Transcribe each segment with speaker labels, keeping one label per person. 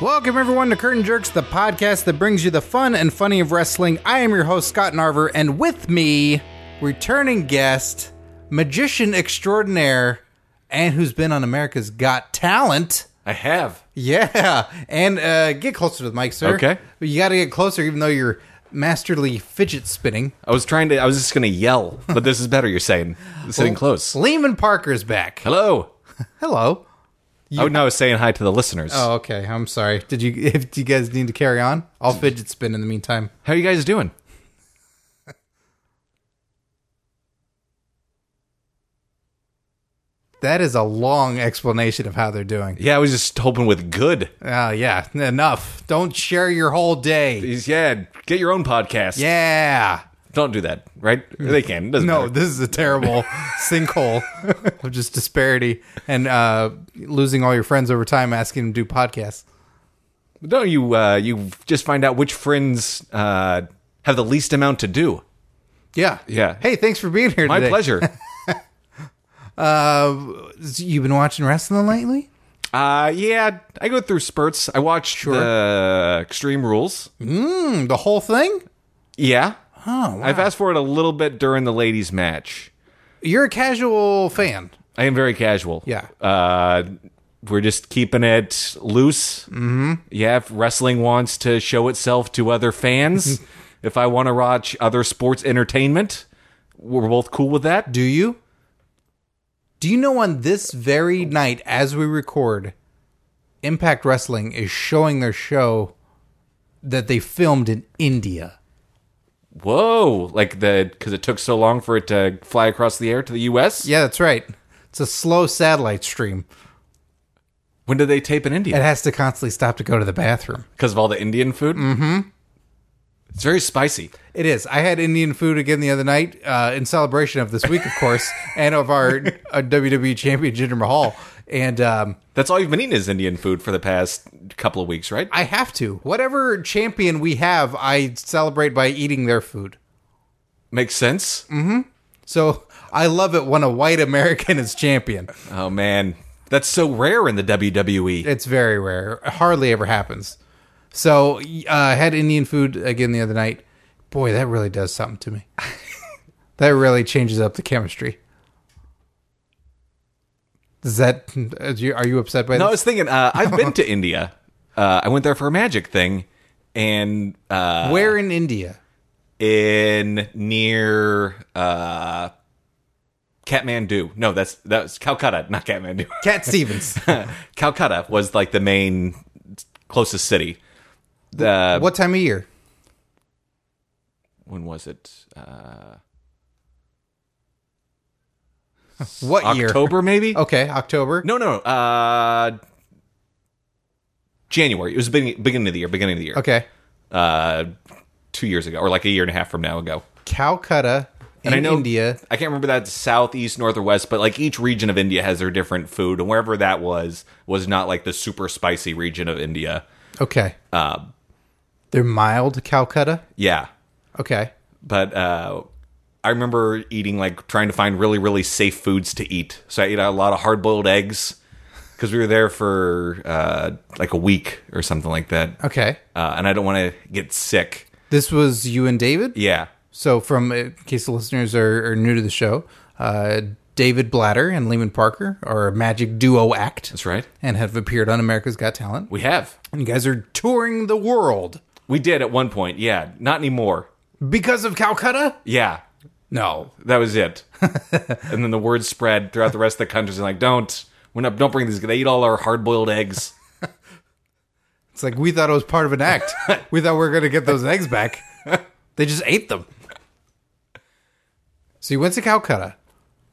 Speaker 1: Welcome, everyone, to Curtain Jerks, the podcast that brings you the fun and funny of wrestling. I am your host, Scott Narver, and with me, returning guest, magician extraordinaire, and who's been on America's Got Talent.
Speaker 2: I have.
Speaker 1: Yeah, and uh, get closer to the mic, sir.
Speaker 2: Okay.
Speaker 1: But you got to get closer, even though you're masterly fidget spinning.
Speaker 2: I was trying to. I was just gonna yell, but this is better. You're saying sitting close.
Speaker 1: Lehman Parker's back.
Speaker 2: Hello.
Speaker 1: Hello.
Speaker 2: oh no, I was saying hi to the listeners.
Speaker 1: Oh, okay. I'm sorry. Did you? If you guys need to carry on, I'll fidget spin in the meantime.
Speaker 2: How you guys doing?
Speaker 1: That is a long explanation of how they're doing.
Speaker 2: Yeah, I was just hoping with good.
Speaker 1: Oh, yeah. Enough. Don't share your whole day.
Speaker 2: Is- Yeah, get your own podcast.
Speaker 1: Yeah.
Speaker 2: Don't do that. Right? They can. It doesn't
Speaker 1: No,
Speaker 2: matter.
Speaker 1: this is a terrible sinkhole of just disparity and uh, losing all your friends over time asking them to do podcasts.
Speaker 2: No, you. Uh, you just find out which friends uh, have the least amount to do.
Speaker 1: Yeah.
Speaker 2: Yeah.
Speaker 1: Hey, thanks for being here
Speaker 2: My
Speaker 1: today.
Speaker 2: pleasure.
Speaker 1: Uh, you've been watching wrestling lately?
Speaker 2: uh, yeah, I go through spurts. I watched the Extreme Rules.
Speaker 1: Hmm, the whole thing?
Speaker 2: Yeah. Oh. I fast forward a little bit during the ladies' match.
Speaker 1: You're a casual fan.
Speaker 2: I am very casual.
Speaker 1: Yeah.
Speaker 2: Uh, we're just keeping it loose. Mm-hmm. Yeah. If wrestling wants to show itself to other fans, if I want to watch other sports entertainment, we're both cool with that.
Speaker 1: Do you? Do you know on this very night as we record, Impact Wrestling is showing their show that they filmed in India?
Speaker 2: Whoa! Like the because it took so long for it to fly across the air to the U.S.
Speaker 1: Yeah, that's right. It's a slow satellite stream.
Speaker 2: When did they tape in
Speaker 1: It
Speaker 2: India?
Speaker 1: has to constantly stop to go to the bathroom.
Speaker 2: Because of all the Indian food. Mm-hmm. It's very spicy.
Speaker 1: It is. I had Indian food again the other night uh, in celebration of this week, of course, and of our, uh, our WWE E champion Jinder Mahal. And um,
Speaker 2: That's all you've been eating is Indian food for the past couple of weeks, right?
Speaker 1: I have to. Whatever champion we have, I celebrate by eating their food.
Speaker 2: Makes sense.
Speaker 1: Mm. So I love it when a white American is champion.
Speaker 2: Oh man, that's so rare in the E. WWE.
Speaker 1: It's very rare. It hardly ever happens. So uh, I had Indian food again the other night. Boy, that really does something to me. that really changes up the chemistry. Does that? Is you, are you upset by
Speaker 2: No, I
Speaker 1: this?
Speaker 2: was thinking. Uh, I've been to India. Uh, I went there for a magic thing, and uh,
Speaker 1: Where in India?
Speaker 2: in near uh, Kathmandu. No, that's that was Calcutta, not Kathmandu.
Speaker 1: Cat Stevens.
Speaker 2: Calcutta was like the main closest city. The
Speaker 1: what time of year?
Speaker 2: when was it? Uh,
Speaker 1: What year? Oh.
Speaker 2: October maybe?
Speaker 1: Okay, October.
Speaker 2: No, no. Uh, January. It was beginning, beginning of the year. Beginning of the year.
Speaker 1: Okay,
Speaker 2: Uh, two years ago, or like a year and a half from now ago.
Speaker 1: Calcutta in
Speaker 2: And I know-
Speaker 1: India.
Speaker 2: I can't remember that southeast, north, or west, but like each region of India has their different food, and wherever that was was not like the super spicy region of India.
Speaker 1: Okay. Um, They're mild Calcutta.
Speaker 2: Yeah,
Speaker 1: Okay.
Speaker 2: but uh, I remember eating like trying to find really, really safe foods to eat. So I ate a lot of hard boiled eggs because we were there for uh, like a week or something like that,
Speaker 1: Okay.
Speaker 2: uh, and I don't want to get sick.
Speaker 1: This was you and David.
Speaker 2: Yeah,
Speaker 1: So, from uh, in case the listeners are, are new to the show, uh, David Blatter and Lehman Parker are a magic duo act
Speaker 2: that's right.
Speaker 1: and have appeared on America's Got Talent.
Speaker 2: We have.
Speaker 1: And you guys are touring the world
Speaker 2: We did at one point. Yeah, not anymore.
Speaker 1: because of Calcutta?
Speaker 2: Yeah,
Speaker 1: No.
Speaker 2: That was it. and then the word spread throughout the rest of the countries. And like, don't, we're not, don't bring these. They eat all our hard boiled eggs.
Speaker 1: It's like we thought it was part of an act. we thought we were going to get those eggs back. They just ate them. So, you went to Calcutta.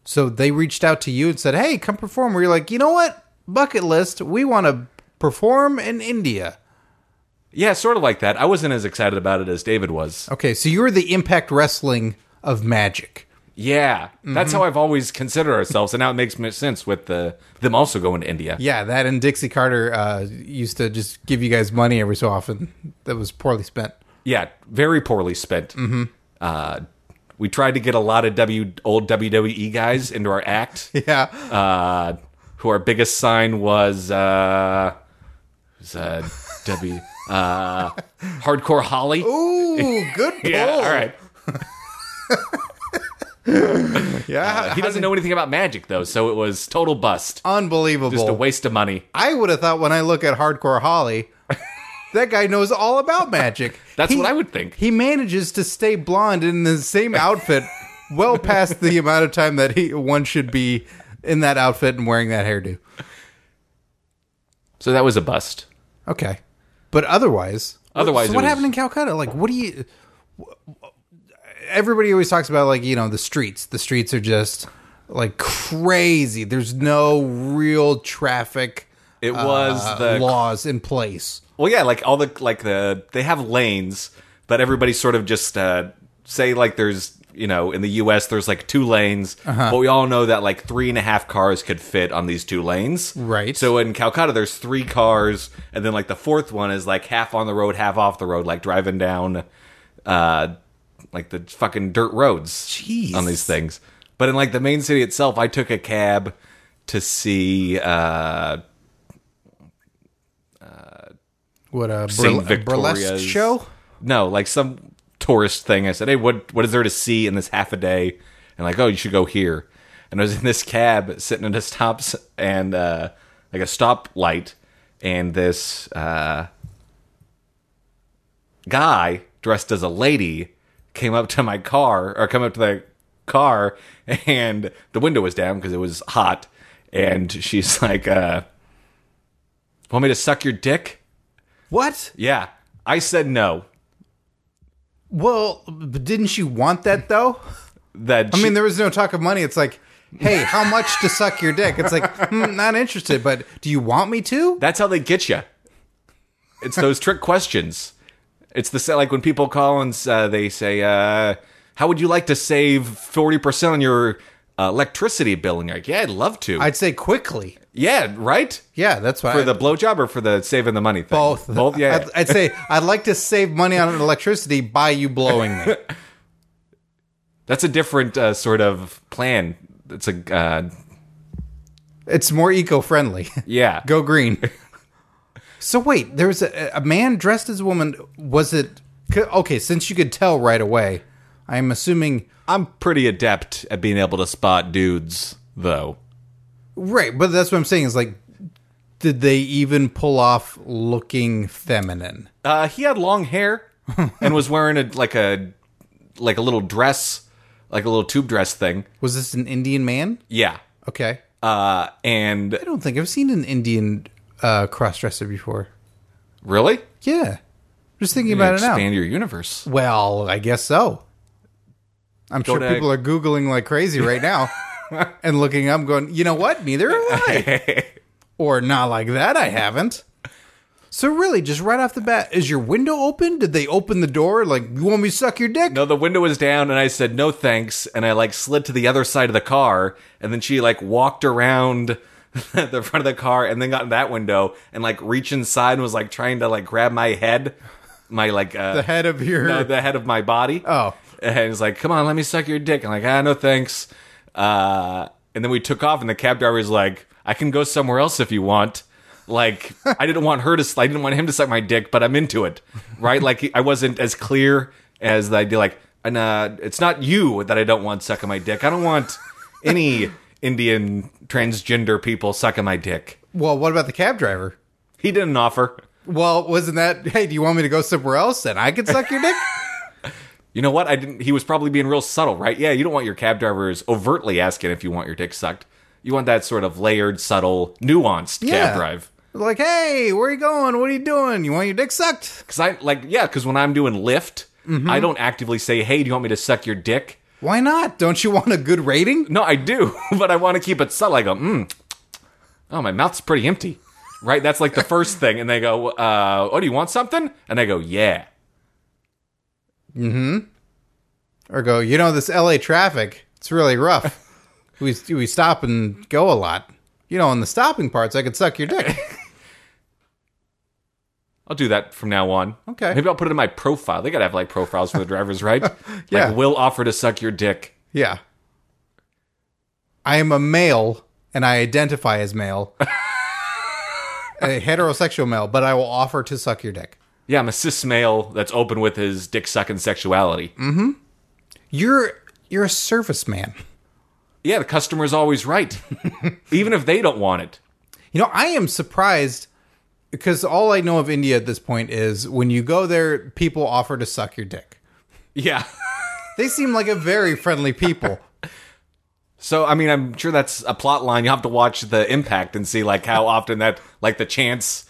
Speaker 1: So, they reached out to you and said, hey, come perform. Where you're like, you know what? Bucket list. We want to perform in India.
Speaker 2: Yeah, sort of like that. I wasn't as excited about it as David was.
Speaker 1: Okay, so you're the Impact Wrestling of magic.
Speaker 2: Yeah, that's
Speaker 1: Mm-hmm.
Speaker 2: how I've always considered ourselves, and now it makes m- sense with the them also going to India.
Speaker 1: Yeah, that and Dixie Carter uh, used to just give you guys money every so often that was poorly spent.
Speaker 2: Yeah, very poorly spent. Mm-hmm. Uh, we tried to get a lot of W old WWE guys into our act.
Speaker 1: Yeah,
Speaker 2: uh, who our biggest sign was uh, was, uh, W. Uh, Hardcore Holly.
Speaker 1: Ooh, good pull.
Speaker 2: yeah, all right.
Speaker 1: Yeah,
Speaker 2: He doesn't know anything about magic though, so it was total bust.
Speaker 1: Unbelievable.
Speaker 2: Just a waste of money.
Speaker 1: I would have thought when I look at Hardcore Holly, that guy knows all about magic.
Speaker 2: That's
Speaker 1: He-
Speaker 2: what I would think.
Speaker 1: He manages to stay blonde in the same outfit well past the amount of time that he one should be in that outfit and wearing that hairdo.
Speaker 2: So that was a bust.
Speaker 1: Okay. But otherwise,
Speaker 2: Otherwise,
Speaker 1: so
Speaker 2: it
Speaker 1: what
Speaker 2: was-
Speaker 1: happened in Calcutta? Like, what do you? Everybody always talks about like you know the streets. The streets are just like crazy. There's no real traffic
Speaker 2: It was
Speaker 1: uh,
Speaker 2: the
Speaker 1: laws in place.
Speaker 2: Well, yeah, like all the like the they have lanes, but everybody sort of just uh, say like there's you know in the U.S. there's like two lanes,
Speaker 1: Uh-huh.
Speaker 2: but we all know that like three and a half cars could fit on these two lanes,
Speaker 1: Right.
Speaker 2: So in Calcutta there's three cars, and then like the fourth one is like half on the road, half off the road, like driving down, uh, like the fucking dirt roads
Speaker 1: Jeez.
Speaker 2: on these things. But in like the main city itself, I took a cab to see uh,
Speaker 1: What a,
Speaker 2: Saint
Speaker 1: burle- a burlesque
Speaker 2: Victoria's-
Speaker 1: show.
Speaker 2: No, like some tourist thing. I said, "Hey, what what is there to see in this half a day?" And like, "Oh, you should go here." And I was in this cab sitting at a stop s- and uh, like a stoplight, and this uh, guy dressed as a lady came up to my car or come up to the car, and the window was down because it was hot, and she's like, uh, "Want me to suck your dick?"
Speaker 1: What?
Speaker 2: Yeah, I said no.
Speaker 1: Well, but didn't you want that though?
Speaker 2: That
Speaker 1: I mean, there was no talk of money. It's like, hey, how much to suck your dick? It's like, hmm, not interested. But do you want me to?
Speaker 2: That's how they get you. It's those trick questions. It's the sa- like when people call and uh, they say, uh, "How would you like to save forty percent on your uh, electricity bill?" And you're like, "Yeah, I'd love to."
Speaker 1: I'd say quickly.
Speaker 2: yeah, right.
Speaker 1: Yeah, that's why.
Speaker 2: For the blowjob or for the saving the money thing?
Speaker 1: both.
Speaker 2: Both. Yeah.
Speaker 1: I'd, I'd say I'd like to save money on electricity by you blowing me.
Speaker 2: That's a different uh, sort of plan. It's a uh,
Speaker 1: It's more eco-friendly.
Speaker 2: yeah.
Speaker 1: Go green. So wait, there was a, a man dressed as a woman. Was it c- okay? Since you could tell right away, I'm assuming
Speaker 2: I'm pretty adept at being able to spot dudes, though.
Speaker 1: right. But that's what I'm saying is like, did they even pull off looking feminine?
Speaker 2: Uh, he had long hair and was wearing a like a like a little dress, like a little tube dress thing.
Speaker 1: Was this an Indian man?
Speaker 2: Yeah.
Speaker 1: Okay,
Speaker 2: Uh, and
Speaker 1: I don't think I've seen an Indian uh, cross-dresser before.
Speaker 2: really
Speaker 1: Yeah, just thinking about it now.
Speaker 2: expand your universe.
Speaker 1: Well, I guess so. I'm sure
Speaker 2: to-
Speaker 1: people are Googling like crazy right now and looking up, going, you know what? Neither am I. or not like that, I haven't. So, really, just right off the bat, is your window open? Did they open the door? Like, you want me to suck your dick?
Speaker 2: No, the window was down, and I said no thanks, and I like slid to the other side of the car, and then she like walked around the front of the car, and then got in that window and like reached inside and was like trying to like grab my head, my like uh,
Speaker 1: The head of your.
Speaker 2: no, the head of my body.
Speaker 1: Oh.
Speaker 2: And he's like, come on, let me suck your dick. I'm like, ah, no thanks. Uh, and then we took off, and the cab driver's like, I can go somewhere else if you want. Like, I didn't want her to, I didn't want him to suck my dick, but I'm into it. Right? Like, he- I wasn't as clear as the idea, like, and, uh, it's not you that I don't want sucking my dick. I don't want any Indian transgender people sucking my dick.
Speaker 1: well, what about the cab driver?
Speaker 2: He didn't offer.
Speaker 1: Well, wasn't that, hey, do you want me to go somewhere else and I can suck your dick?
Speaker 2: You know what? I didn't. He was probably being real subtle, right? Yeah, you don't want your cab drivers overtly asking if you want your dick sucked. You want that sort of layered, subtle, nuanced
Speaker 1: Yeah.
Speaker 2: cab drive.
Speaker 1: like, hey, where are you going? What are you doing? You want your dick sucked?
Speaker 2: Because I like, yeah, because when I'm doing Lyft,
Speaker 1: Mm-hmm.
Speaker 2: I don't actively say, "Hey, do you want me to suck your dick?"
Speaker 1: Why not? Don't you want a good rating?
Speaker 2: No, I do, but I want to keep it subtle. I go, mm, "Oh, my mouth's pretty empty," right? That's like the first thing, and they go, uh, "Oh, do you want something?" And I go, "Yeah."
Speaker 1: or go, you know, this LA traffic, it's really rough. we we stop and go a lot. You know, on the stopping parts, I could suck your dick.
Speaker 2: I'll do that from now on.
Speaker 1: Okay.
Speaker 2: Maybe I'll put it in my profile. They gotta have like profiles for the drivers, right?
Speaker 1: Yeah.
Speaker 2: Like, will offer to suck your dick.
Speaker 1: yeah. I am a male and I identify as male. a heterosexual male, but I will offer to suck your dick.
Speaker 2: Yeah, I'm a cis male that's open with his dick sucking sexuality.
Speaker 1: You're you're a service man.
Speaker 2: Yeah, the customer's always right, even if they don't want it.
Speaker 1: You know, I am surprised because all I know of India at this point is when you go there, people offer to suck your dick.
Speaker 2: Yeah.
Speaker 1: They seem like a very friendly people.
Speaker 2: So I mean, I'm sure that's a plot line. You have to watch the impact and see like how often that like the chance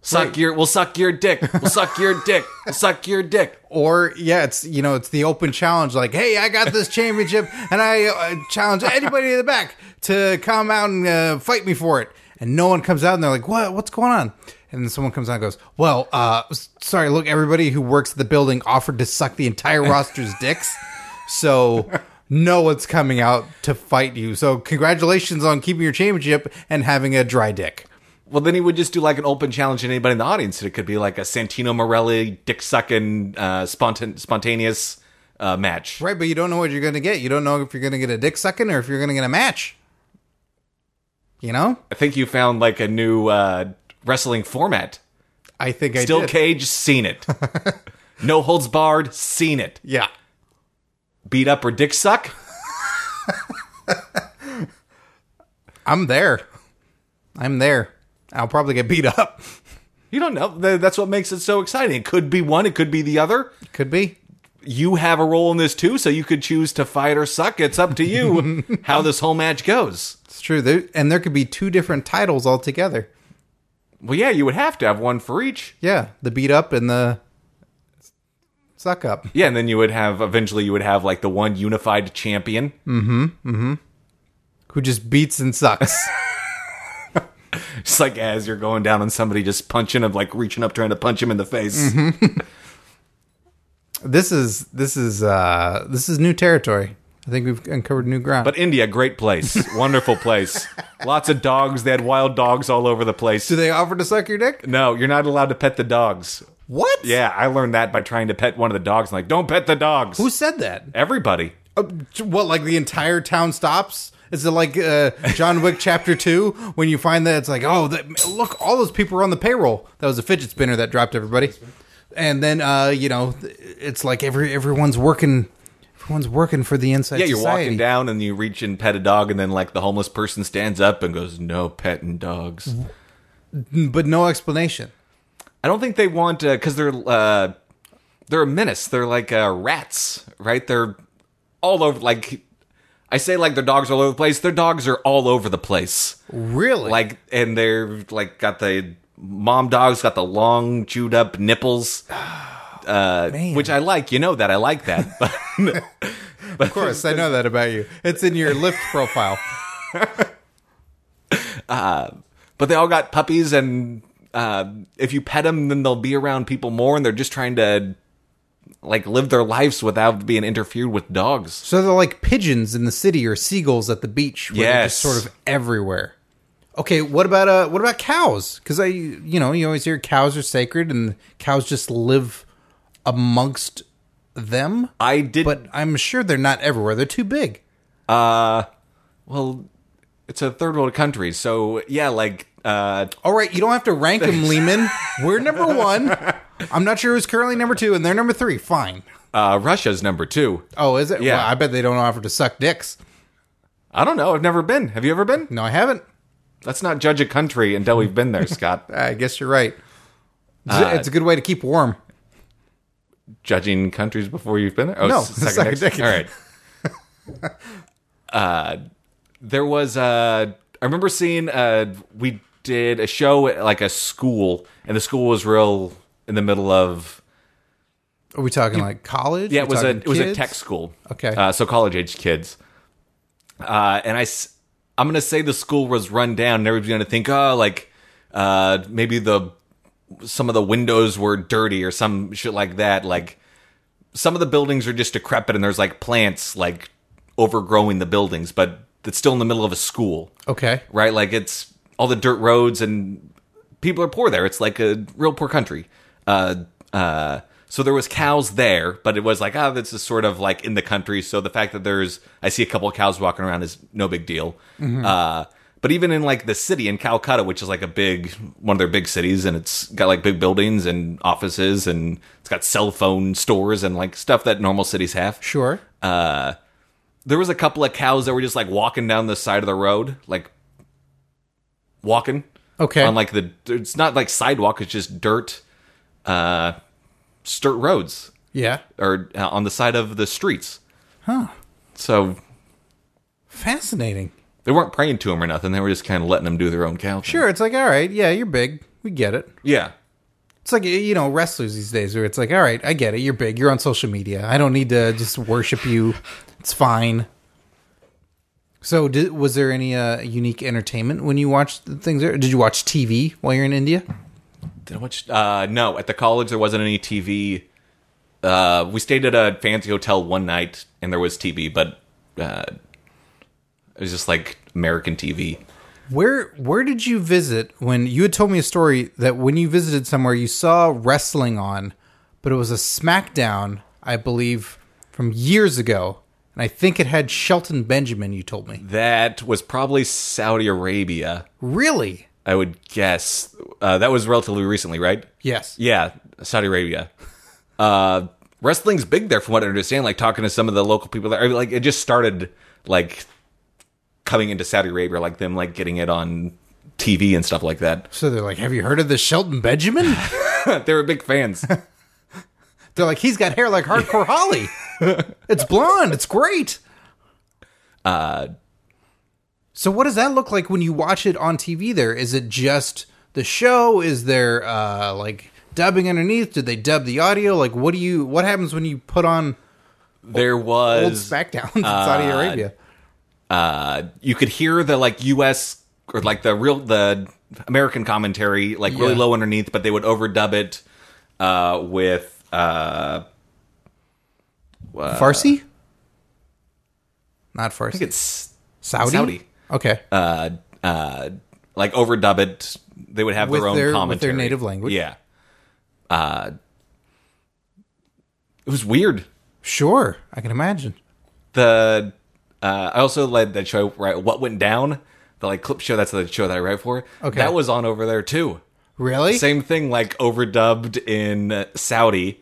Speaker 2: suck
Speaker 1: Right.
Speaker 2: your we'll suck your dick we'll suck your dick we'll suck your dick.
Speaker 1: or yeah, it's you know, it's the open challenge like, "Hey, I got this championship and I uh, challenge anybody in the back to come out and uh, fight me for it." And no one comes out and they're like, "What? What's going on?" And then someone comes out and goes, "Well, uh, s- sorry, look, everybody who works at the building offered to suck the entire roster's dicks." So no one's coming out to fight you. So congratulations on keeping your championship and having a dry dick.
Speaker 2: Well, then he would just do like an open challenge to anybody in the audience. It could be like a Santino Morelli dick sucking uh, spontan- spontaneous uh, match.
Speaker 1: Right, but you don't know what you're going to get. You don't know if you're going to get a dick sucking or if you're going to get a match. You know?
Speaker 2: I think you found like a new uh, wrestling format.
Speaker 1: I think I
Speaker 2: Still
Speaker 1: did.
Speaker 2: cage, seen it. no holds barred, seen it.
Speaker 1: yeah.
Speaker 2: Beat up or dick suck.
Speaker 1: I'm there. I'm there. I'll probably get beat up.
Speaker 2: You don't know. Th- That's what makes it so exciting. It could be one, it could be the other.
Speaker 1: Could be.
Speaker 2: You have a role in this too, so you could choose to fight or suck. It's up to you how this whole match goes.
Speaker 1: It's true. There, and there could be two different titles altogether.
Speaker 2: Well, yeah, you would have to have one for each.
Speaker 1: Yeah, the beat up and the suck up.
Speaker 2: Yeah, and then you would have eventually you would have like the one unified champion.
Speaker 1: Who just beats and sucks.
Speaker 2: Just like as you're going down on somebody just punching him, like reaching up trying to punch him in the face.
Speaker 1: this is this is uh this is new territory. I think we've uncovered new ground.
Speaker 2: But India, great place. Wonderful place. Lots of dogs. They had wild dogs all over the place.
Speaker 1: do they offer to suck your dick?
Speaker 2: No, you're not allowed to pet the dogs.
Speaker 1: What?
Speaker 2: Yeah, I learned that by trying to pet one of the dogs. I'm like, don't pet the dogs.
Speaker 1: Who said that?
Speaker 2: Everybody.
Speaker 1: Uh, what like the entire town stops is it like uh, john wick chapter 2 when you find that it's like oh that, look all those people are on the payroll that was a fidget spinner that dropped everybody and then uh, you know th- it's like every everyone's working everyone's working for the inside
Speaker 2: Yeah, you're
Speaker 1: society.
Speaker 2: walking down and you reach and pet a dog, and then like the homeless person stands up and goes, "No petting dogs."
Speaker 1: but no explanation
Speaker 2: I don't think they want because they're uh, they're a menace. They're like uh, rats, right? They're all over. Like I say, like their dogs are all over the place. Their dogs are all over the place.
Speaker 1: really
Speaker 2: Like and they're like got the mom dogs got the long chewed up nipples. Uh, which I like, you know that I like that. But
Speaker 1: of course i know that about you it's in your lift profile
Speaker 2: but they all got puppies and uh, if you pet them then they'll be around people more and they're just trying to like live their lives without being interfered with dogs
Speaker 1: so they're like pigeons in the city or seagulls at the beach where they're just
Speaker 2: Yes.
Speaker 1: sort of everywhere Okay, what about uh, what about cows? Because I, you know, you always hear cows are sacred, and cows just live amongst them.
Speaker 2: i did
Speaker 1: But I'm sure they're not everywhere. They're too big.
Speaker 2: well it's a third world country so yeah like uh
Speaker 1: All right, you don't have to rank them, Lehman. We're number one. I'm not sure who's currently number two, and they're number three. Fine.
Speaker 2: uh russia's number two.
Speaker 1: Oh, is it?
Speaker 2: Yeah.
Speaker 1: Well, I bet they don't offer to suck dicks.
Speaker 2: i don't know i've never been have you ever been
Speaker 1: No, I haven't.
Speaker 2: let's not judge a country until we've been there scott
Speaker 1: I guess you're right. Uh, It's, it's a good way to keep warm.
Speaker 2: judging countries before you've been there? Oh,
Speaker 1: No,
Speaker 2: s- second
Speaker 1: second
Speaker 2: next-
Speaker 1: decade.
Speaker 2: All right. uh, there was uh, I remember seeing uh, we did a show at like a school, and the school was real in the middle of
Speaker 1: Are we talking like college?
Speaker 2: yeah,
Speaker 1: Are
Speaker 2: it
Speaker 1: we
Speaker 2: was a
Speaker 1: talking
Speaker 2: it was a
Speaker 1: kids?
Speaker 2: tech school.
Speaker 1: Okay.
Speaker 2: uh, so college age kids. Uh, and I, s- I'm gonna say the school was run down, and everybody's gonna think, oh, like uh, maybe the some of the windows were dirty or some shit like that. Like some of the buildings are just decrepit, and there's like plants like overgrowing the buildings, but it's still in the middle of a school
Speaker 1: Okay.
Speaker 2: right? Like it's all the dirt roads and people are poor there. It's like a real poor country. Uh, uh, so there was cows there, but it was like, ah, this is sort of like in the country. So the fact that there's, I see a couple of cows walking around is no big deal. Uh, But even in like the city in Calcutta, which is like a big one of their big cities, and it's got like big buildings and offices, and it's got cell phone stores and like stuff that normal cities have.
Speaker 1: Sure.
Speaker 2: There was a couple of cows that were just like walking down the side of the road, like walking
Speaker 1: Okay.
Speaker 2: on like the it's not like sidewalk, it's just dirt, uh, dirt roads
Speaker 1: yeah.
Speaker 2: or uh, on the side of the streets. Huh. So
Speaker 1: Fascinating.
Speaker 2: they weren't praying to him or nothing. They were just kind of letting him do their own cow. thing.
Speaker 1: Sure. It's like, all right, yeah, you're big. We get it.
Speaker 2: Yeah.
Speaker 1: It's like you know wrestlers these days where it's like, all right, I get it. You're big. You're on social media. I don't need to just worship you. It's fine. So, did, was there any uh, unique entertainment when you watched the things? There? Did you watch TV while you're in India?
Speaker 2: Did I watch? Uh, no, at the college there wasn't any TV. Uh, we stayed at a fancy hotel one night and there was TV, but uh, it was just like American TV.
Speaker 1: Where Where did you visit when you had told me a story that when you visited somewhere you saw wrestling on, but it was a SmackDown, I believe, from years ago, and I think it had Shelton Benjamin. You told me.
Speaker 2: That was probably Saudi Arabia,
Speaker 1: Really?
Speaker 2: I would guess. Uh, that was relatively recently, right?
Speaker 1: Yes.
Speaker 2: Yeah, Saudi Arabia. Uh, wrestling's big there, from what I understand. Like talking to some of the local people there, I mean, like it just started like coming into Saudi Arabia, like them like getting it on TV and stuff like that.
Speaker 1: So they're like, "Have you heard of the Shelton Benjamin?"
Speaker 2: they were big fans.
Speaker 1: They're like, he's got hair like Hardcore Holly. it's blonde. It's great.
Speaker 2: Uh,
Speaker 1: So, what does that look like when you watch it on TV? There is it just the show? Is there uh, like dubbing underneath? Did they dub the audio? Like, what do you? What happens when you put on
Speaker 2: there
Speaker 1: old
Speaker 2: was
Speaker 1: SmackDowns in Saudi Arabia?
Speaker 2: uh, you could hear the like U.S. or like the real the American commentary like really
Speaker 1: Yeah.
Speaker 2: low underneath, but they would overdub it uh, with uh,
Speaker 1: Farsi? Not Farsi.
Speaker 2: it's
Speaker 1: Saudi.
Speaker 2: Saudi.
Speaker 1: Okay.
Speaker 2: uh, uh, like overdub it. They would have
Speaker 1: With
Speaker 2: their own
Speaker 1: their- with their
Speaker 2: commentary,
Speaker 1: native language.
Speaker 2: Yeah. Uh, it was weird.
Speaker 1: sure, I can imagine.
Speaker 2: The uh, I also led that show. Right, what went down? The like clip show. That's the show that I write for.
Speaker 1: Okay.
Speaker 2: that was on over there too.
Speaker 1: Really?
Speaker 2: Same thing, like overdubbed in Saudi,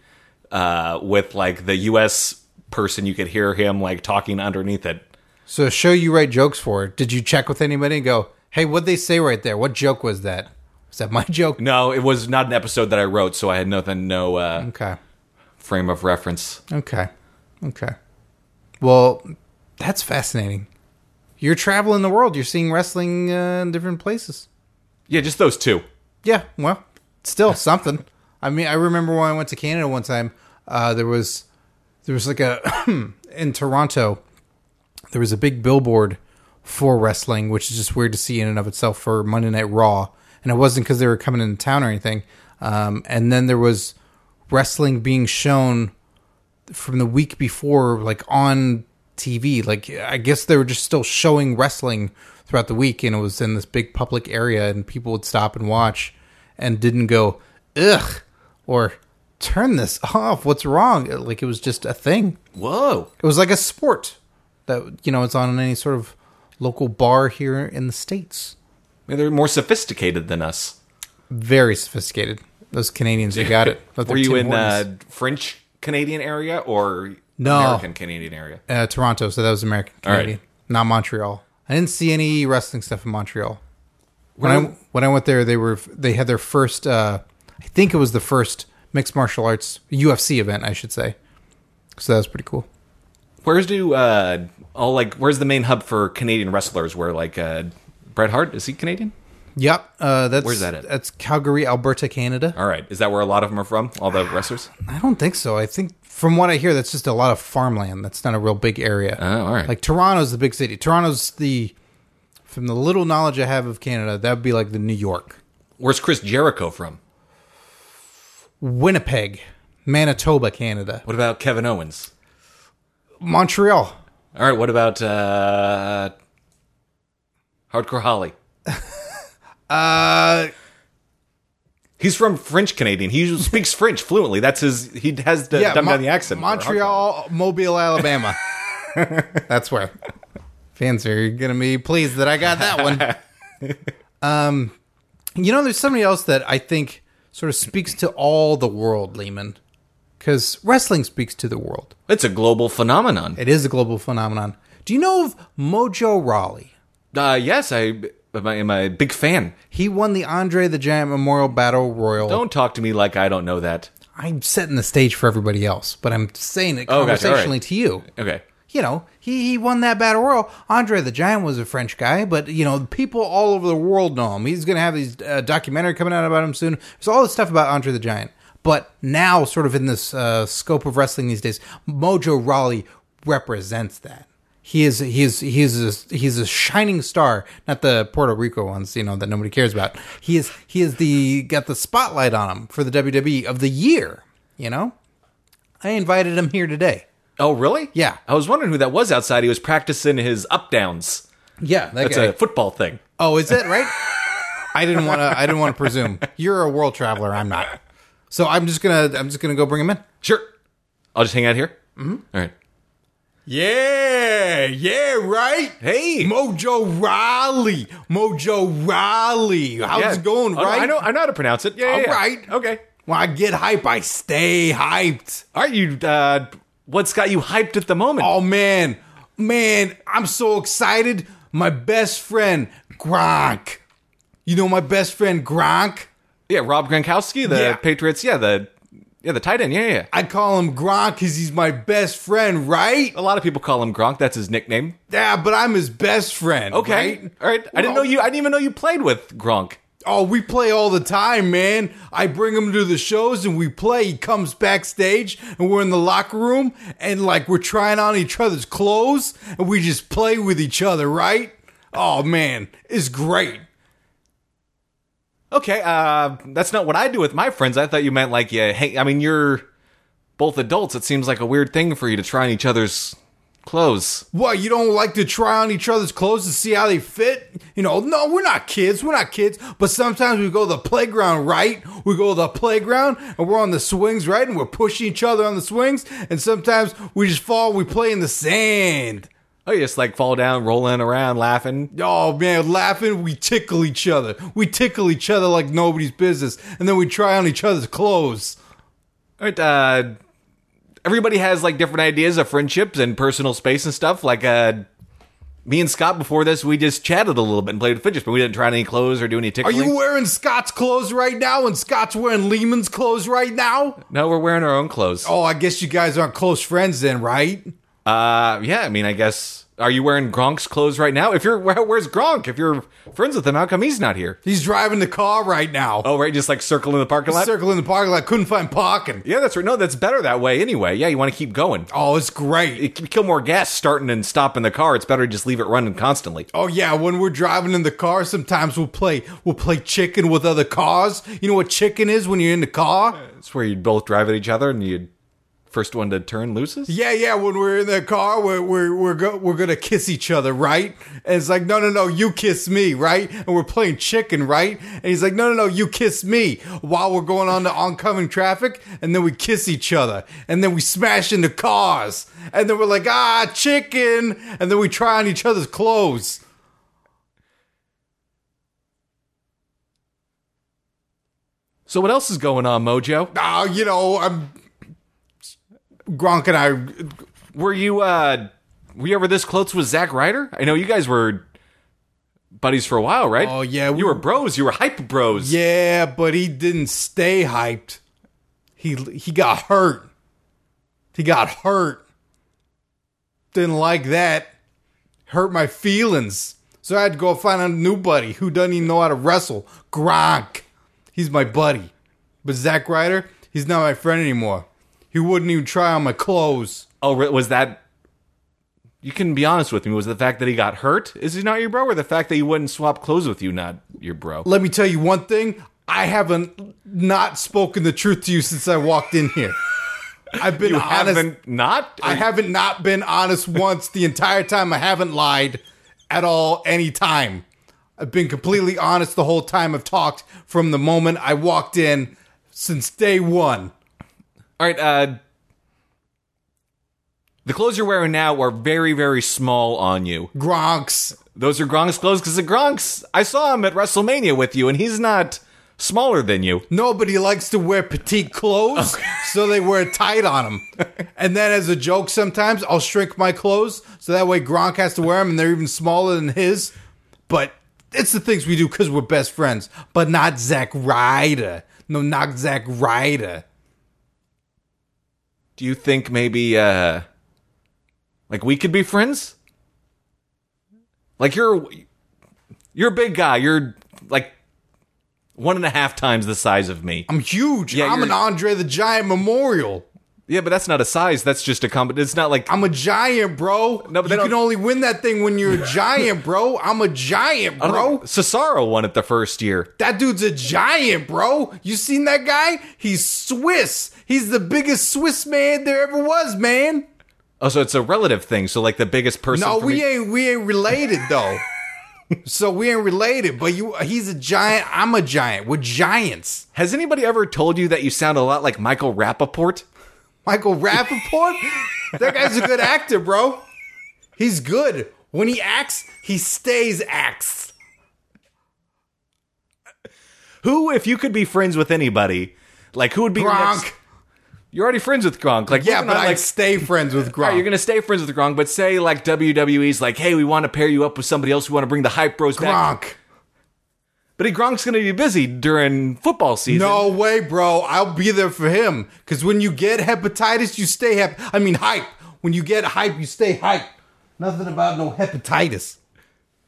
Speaker 2: uh, with like the U.S. person. You could hear him like talking underneath it.
Speaker 1: So, a show you write jokes for. Did you check with anybody and go, "Hey, what'd they say right there? What joke was that? Was that my joke?"
Speaker 2: No, it was not an episode that I wrote, so I had nothing, no uh,
Speaker 1: Okay.
Speaker 2: frame of reference.
Speaker 1: Okay. Okay. Well, that's fascinating. You're traveling the world. You're seeing wrestling uh, in different places.
Speaker 2: Yeah, just those two.
Speaker 1: Yeah. Well, still something. I mean, I remember when I went to Canada one time. Uh, there was there was like a in Toronto. There was a big billboard for wrestling, which is just weird to see in and of itself for Monday Night Raw. And it wasn't because they were coming into town or anything. Um, and then there was wrestling being shown from the week before, like on TV. Like I guess they were just still showing wrestling throughout the week, and it was in this big public area, and people would stop and watch, and didn't go ugh or turn this off. What's wrong? Like it was just a thing.
Speaker 2: Whoa.
Speaker 1: It was like a sport that you know it's on in any sort of local bar here in the states.
Speaker 2: Yeah, they're more sophisticated than us.
Speaker 1: Very sophisticated. Those Canadians, they got it. But they're
Speaker 2: Were you
Speaker 1: Tim
Speaker 2: in
Speaker 1: Hortons.
Speaker 2: uh, French Canadian area or
Speaker 1: No.
Speaker 2: American Canadian area?
Speaker 1: uh, Toronto, so that was American
Speaker 2: All right.
Speaker 1: Canadian, not Montreal. I didn't see any wrestling stuff in Montreal. When
Speaker 2: Where-
Speaker 1: I when I went there, they were they had their first. Uh, I think it was the first mixed martial arts UFC event, I should say. So that was pretty cool.
Speaker 2: Where's do uh, all like where's the main hub for Canadian wrestlers? Where like uh, Bret Hart is he Canadian?
Speaker 1: Yep, uh, that's
Speaker 2: Where's that at?
Speaker 1: That's Calgary, Alberta, Canada.
Speaker 2: All right, is that where a lot of them are from? All the wrestlers?
Speaker 1: I don't think so. I think from what I hear, that's just a lot of farmland. That's not a real big area.
Speaker 2: Oh, all right.
Speaker 1: Like Toronto's the big city. Toronto's the from the little knowledge I have of Canada, that would be like the New York.
Speaker 2: Where's Chris Jericho from?
Speaker 1: Winnipeg, Manitoba, Canada,
Speaker 2: What about Kevin Owens?
Speaker 1: Montreal.
Speaker 2: All right, what about uh, Hardcore Holly?
Speaker 1: Uh,
Speaker 2: He's from French Canadian. He speaks French fluently. That's his. He has the
Speaker 1: yeah,
Speaker 2: dumbed
Speaker 1: Mon-
Speaker 2: down the accent. for Hardcore Holly.
Speaker 1: Montreal, Mobile, Alabama. That's where fans are going to be pleased that I got that one. Um, You know, there's somebody else that I think sort of speaks to all the world, Lehman, because wrestling speaks to the world.
Speaker 2: It's a global phenomenon.
Speaker 1: It is a global phenomenon. Do you know of Mojo Raleigh?
Speaker 2: Uh, yes, I am, I am a big fan.
Speaker 1: He won the Andre the Giant Memorial Battle Royal.
Speaker 2: Don't talk to me like I don't know that.
Speaker 1: I'm setting the stage for everybody else, but I'm saying it
Speaker 2: Oh, gotcha. All right.
Speaker 1: conversationally to you.
Speaker 2: Okay.
Speaker 1: You know, he, he won that battle royal. Andre the Giant was a French guy, but you know, people all over the world know him. He's going to have these uh, documentary coming out about him soon. There's all this stuff about Andre the Giant, but now, sort of in this uh, scope of wrestling these days, Mojo Raleigh represents that. He is he is he is a, he's a shining star, not the Puerto Rico ones, you know, that nobody cares about. He is he is the got the spotlight on him for the WWE of the year. You know, I invited him here today.
Speaker 2: Oh, really?
Speaker 1: Yeah.
Speaker 2: I was wondering who that was outside. He was practicing his up downs.
Speaker 1: Yeah, that
Speaker 2: That's
Speaker 1: guy.
Speaker 2: a football thing.
Speaker 1: Oh, is it right? I didn't want to. I didn't want to presume. You're a world traveler. I'm not. So I'm just gonna. I'm just gonna go bring him in.
Speaker 2: Sure. I'll just hang out here. Mm-hmm. right.
Speaker 1: Yeah, yeah, right.
Speaker 2: Hey.
Speaker 1: Mojo Raleigh, Mojo Raleigh. How's
Speaker 2: Yeah.
Speaker 1: it going?
Speaker 2: Oh, no,
Speaker 1: Right.
Speaker 2: I know. I know how to pronounce it. Yeah. yeah,
Speaker 1: All
Speaker 2: yeah.
Speaker 1: right.
Speaker 2: Okay.
Speaker 1: When I get hype, I stay hyped.
Speaker 2: Are you? Uh, what's got you hyped at the moment?
Speaker 1: Oh man, man, I'm so excited. My best friend Gronk. You know my best friend Gronk.
Speaker 2: Yeah, Rob Gronkowski, the
Speaker 1: Yeah.
Speaker 2: Patriots. Yeah, the yeah the tight end. Yeah, yeah, yeah.
Speaker 1: I call him Gronk because he's my best friend, right?
Speaker 2: A lot of people call him Gronk. That's his nickname.
Speaker 1: Yeah, but I'm his best friend.
Speaker 2: Okay.
Speaker 1: right?
Speaker 2: All right. I didn't know
Speaker 1: Well-
Speaker 2: you. I didn't even know you played with Gronk.
Speaker 1: Oh, we play all the time, man. I bring him to the shows and we play. He comes backstage and we're in the locker room and like we're trying on each other's clothes and we just play with each other, right? Oh man, it's great.
Speaker 2: Okay. Uh, that's not what I do with my friends. I thought you meant like yeah. Hang, I mean, you're both adults. It seems like a weird thing for you to try on each other's clothes.
Speaker 1: What, you don't like to try on each other's clothes to see how they fit? You know, no, we're not kids. We're not kids. But sometimes we go to the playground, right? We go to the playground and we're on the swings, right? And we're pushing each other on the swings. And sometimes we just fall, we play in the sand.
Speaker 2: Oh, you just like fall down, rolling around, laughing.
Speaker 1: Oh man, laughing, we tickle each other. We tickle each other like nobody's business. And then we try on each other's clothes.
Speaker 2: All right. Uh, everybody has like different ideas of friendships and personal space and stuff. Like uh. Me and Scott before this, we just chatted a little bit and played with fidgets, but we didn't try on any clothes or do any
Speaker 1: Are
Speaker 2: tickling.
Speaker 1: you wearing Scott's clothes right now? And Scott's wearing Lehman's clothes right now?
Speaker 2: No, we're wearing our own clothes.
Speaker 1: Oh, I guess you guys aren't close friends then, right?
Speaker 2: Uh, yeah. I mean, I guess. Are you wearing Gronk's clothes right now? If you're, where, where's Gronk? If you're friends with him, how come he's not here?
Speaker 1: He's driving the car right now.
Speaker 2: Oh, right, just like circling the parking lot.
Speaker 1: Circling the parking lot, couldn't find parking.
Speaker 2: yeah, that's right. No, that's better that way. Anyway, yeah, you want to keep going.
Speaker 1: Oh, it's great.
Speaker 2: You can kill more gas starting and stopping the car. It's better to just leave it running constantly.
Speaker 1: Oh yeah, when we're driving in the car, sometimes we'll play we'll play chicken with other cars. You know what chicken is when you're in the car?
Speaker 2: It's where you both drive at each other and you first one to turn loses.
Speaker 1: Yeah, yeah. When we're in the car, we're we're we're, go- we're gonna kiss each other, right? And it's like, no, no, no, you kiss me, right? And we're playing chicken, right? And he's like, no, no, no, you kiss me while we're going on to oncoming traffic, and then we kiss each other, and then we smash into cars, and then we're like, ah, chicken, and then we try on each other's clothes.
Speaker 2: So what else is going on, Mojo?
Speaker 1: Ah, you know, I'm Gronk and I.
Speaker 2: Were you uh, were you ever this close with Zack Ryder? I know you guys were buddies for a while, right?
Speaker 1: Oh, yeah, we-
Speaker 2: you were bros. You were hype bros.
Speaker 1: Yeah, but he didn't stay hyped. He he got hurt. He got hurt. Didn't like that. Hurt my feelings. So I had to go find a new buddy who doesn't even know how to wrestle. Gronk. He's my buddy. But Zack Ryder, he's not my friend anymore. He wouldn't even try on my clothes.
Speaker 2: Oh, re- was that? You can be honest with me. Was the fact that he got hurt is he not your bro, or the fact that he wouldn't swap clothes with you not your bro?
Speaker 1: Let me tell you one thing. I haven't not spoken the truth to you since I walked in here. I've been
Speaker 2: You
Speaker 1: honest.
Speaker 2: haven't not.
Speaker 1: I haven't not been honest once the entire time. I haven't lied at all any time. I've been completely honest the whole time I've talked from the moment I walked in since day one.
Speaker 2: All right. Uh, The clothes you're wearing now are very, very small on you.
Speaker 1: Gronks.
Speaker 2: Those are Gronk's clothes because the Gronk's. I saw him at WrestleMania with you, and he's not smaller than you.
Speaker 1: Nobody likes to wear petite clothes, so they wear tight on them. and then, as a joke, sometimes I'll shrink my clothes so that way Gronk has to wear them, and they're even smaller than his. But it's the things we do because we're best friends. But not Zack Ryder. No, not Zack Ryder.
Speaker 2: Do you think maybe, uh, like we could be friends? Like you're, you're a big guy. You're like one and a half times the size of me.
Speaker 1: I'm huge.
Speaker 2: Yeah,
Speaker 1: I'm
Speaker 2: you're-
Speaker 1: an Andre the Giant Memorial.
Speaker 2: Yeah, but that's not a size. That's just a comp. It's not like
Speaker 1: I'm a giant, bro.
Speaker 2: No, but they
Speaker 1: you
Speaker 2: don't-
Speaker 1: can only win that thing when you're a giant, bro. I'm a giant,
Speaker 2: I don't
Speaker 1: bro.
Speaker 2: think- Cesaro won it the first year.
Speaker 1: That dude's a giant, bro. You seen that guy? He's Swiss. He's the biggest Swiss man there ever was, man.
Speaker 2: Oh, so it's a relative thing. So like the biggest person.
Speaker 1: No,
Speaker 2: from
Speaker 1: we
Speaker 2: each-
Speaker 1: ain't we ain't related though. so we ain't related, but you he's a giant, I'm a giant. We're giants.
Speaker 2: Has anybody ever told you that you sound a lot like Michael Rappaport?
Speaker 1: Michael Rappaport? that guy's a good actor, bro. He's good. When he acts, he stays acts.
Speaker 2: Who, if you could be friends with anybody, like who would be your
Speaker 1: Gronk.
Speaker 2: next- You're already friends with Gronk. Like
Speaker 1: Yeah,
Speaker 2: moving
Speaker 1: but
Speaker 2: on,
Speaker 1: I
Speaker 2: like
Speaker 1: stay friends with
Speaker 2: all right,
Speaker 1: Gronk.
Speaker 2: you're gonna stay friends with Gronk, but say like WWE's like, hey, we want to pair you up with somebody else. We want to bring the hype bros back.
Speaker 1: Gronk.
Speaker 2: But he- Gronk's gonna be busy during football season.
Speaker 1: No way, bro. I'll be there for him. Because when you get hepatitis, you stay hep. I mean, hype. When you get hype, you stay hype. Nothing about no hepatitis.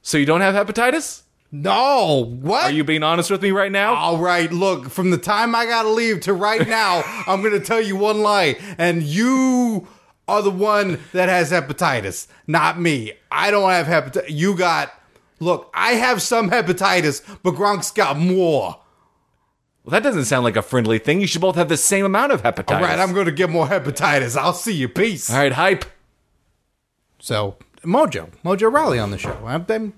Speaker 2: So you don't have hepatitis?
Speaker 1: No. What?
Speaker 2: Are you being honest with me right now?
Speaker 1: All right, look, from the time I gotta leave to right now, I'm gonna tell you one lie, and you are the one that has hepatitis, not me. I don't have hepatitis. You got, look, I have some hepatitis, but Gronk's got more.
Speaker 2: Well, that doesn't sound like a friendly thing. You should both have the same amount of hepatitis.
Speaker 1: All right, I'm gonna get more hepatitis. I'll see you. Peace.
Speaker 2: All right, hype.
Speaker 1: So Mojo, Mojo Raleigh on the show. I, I think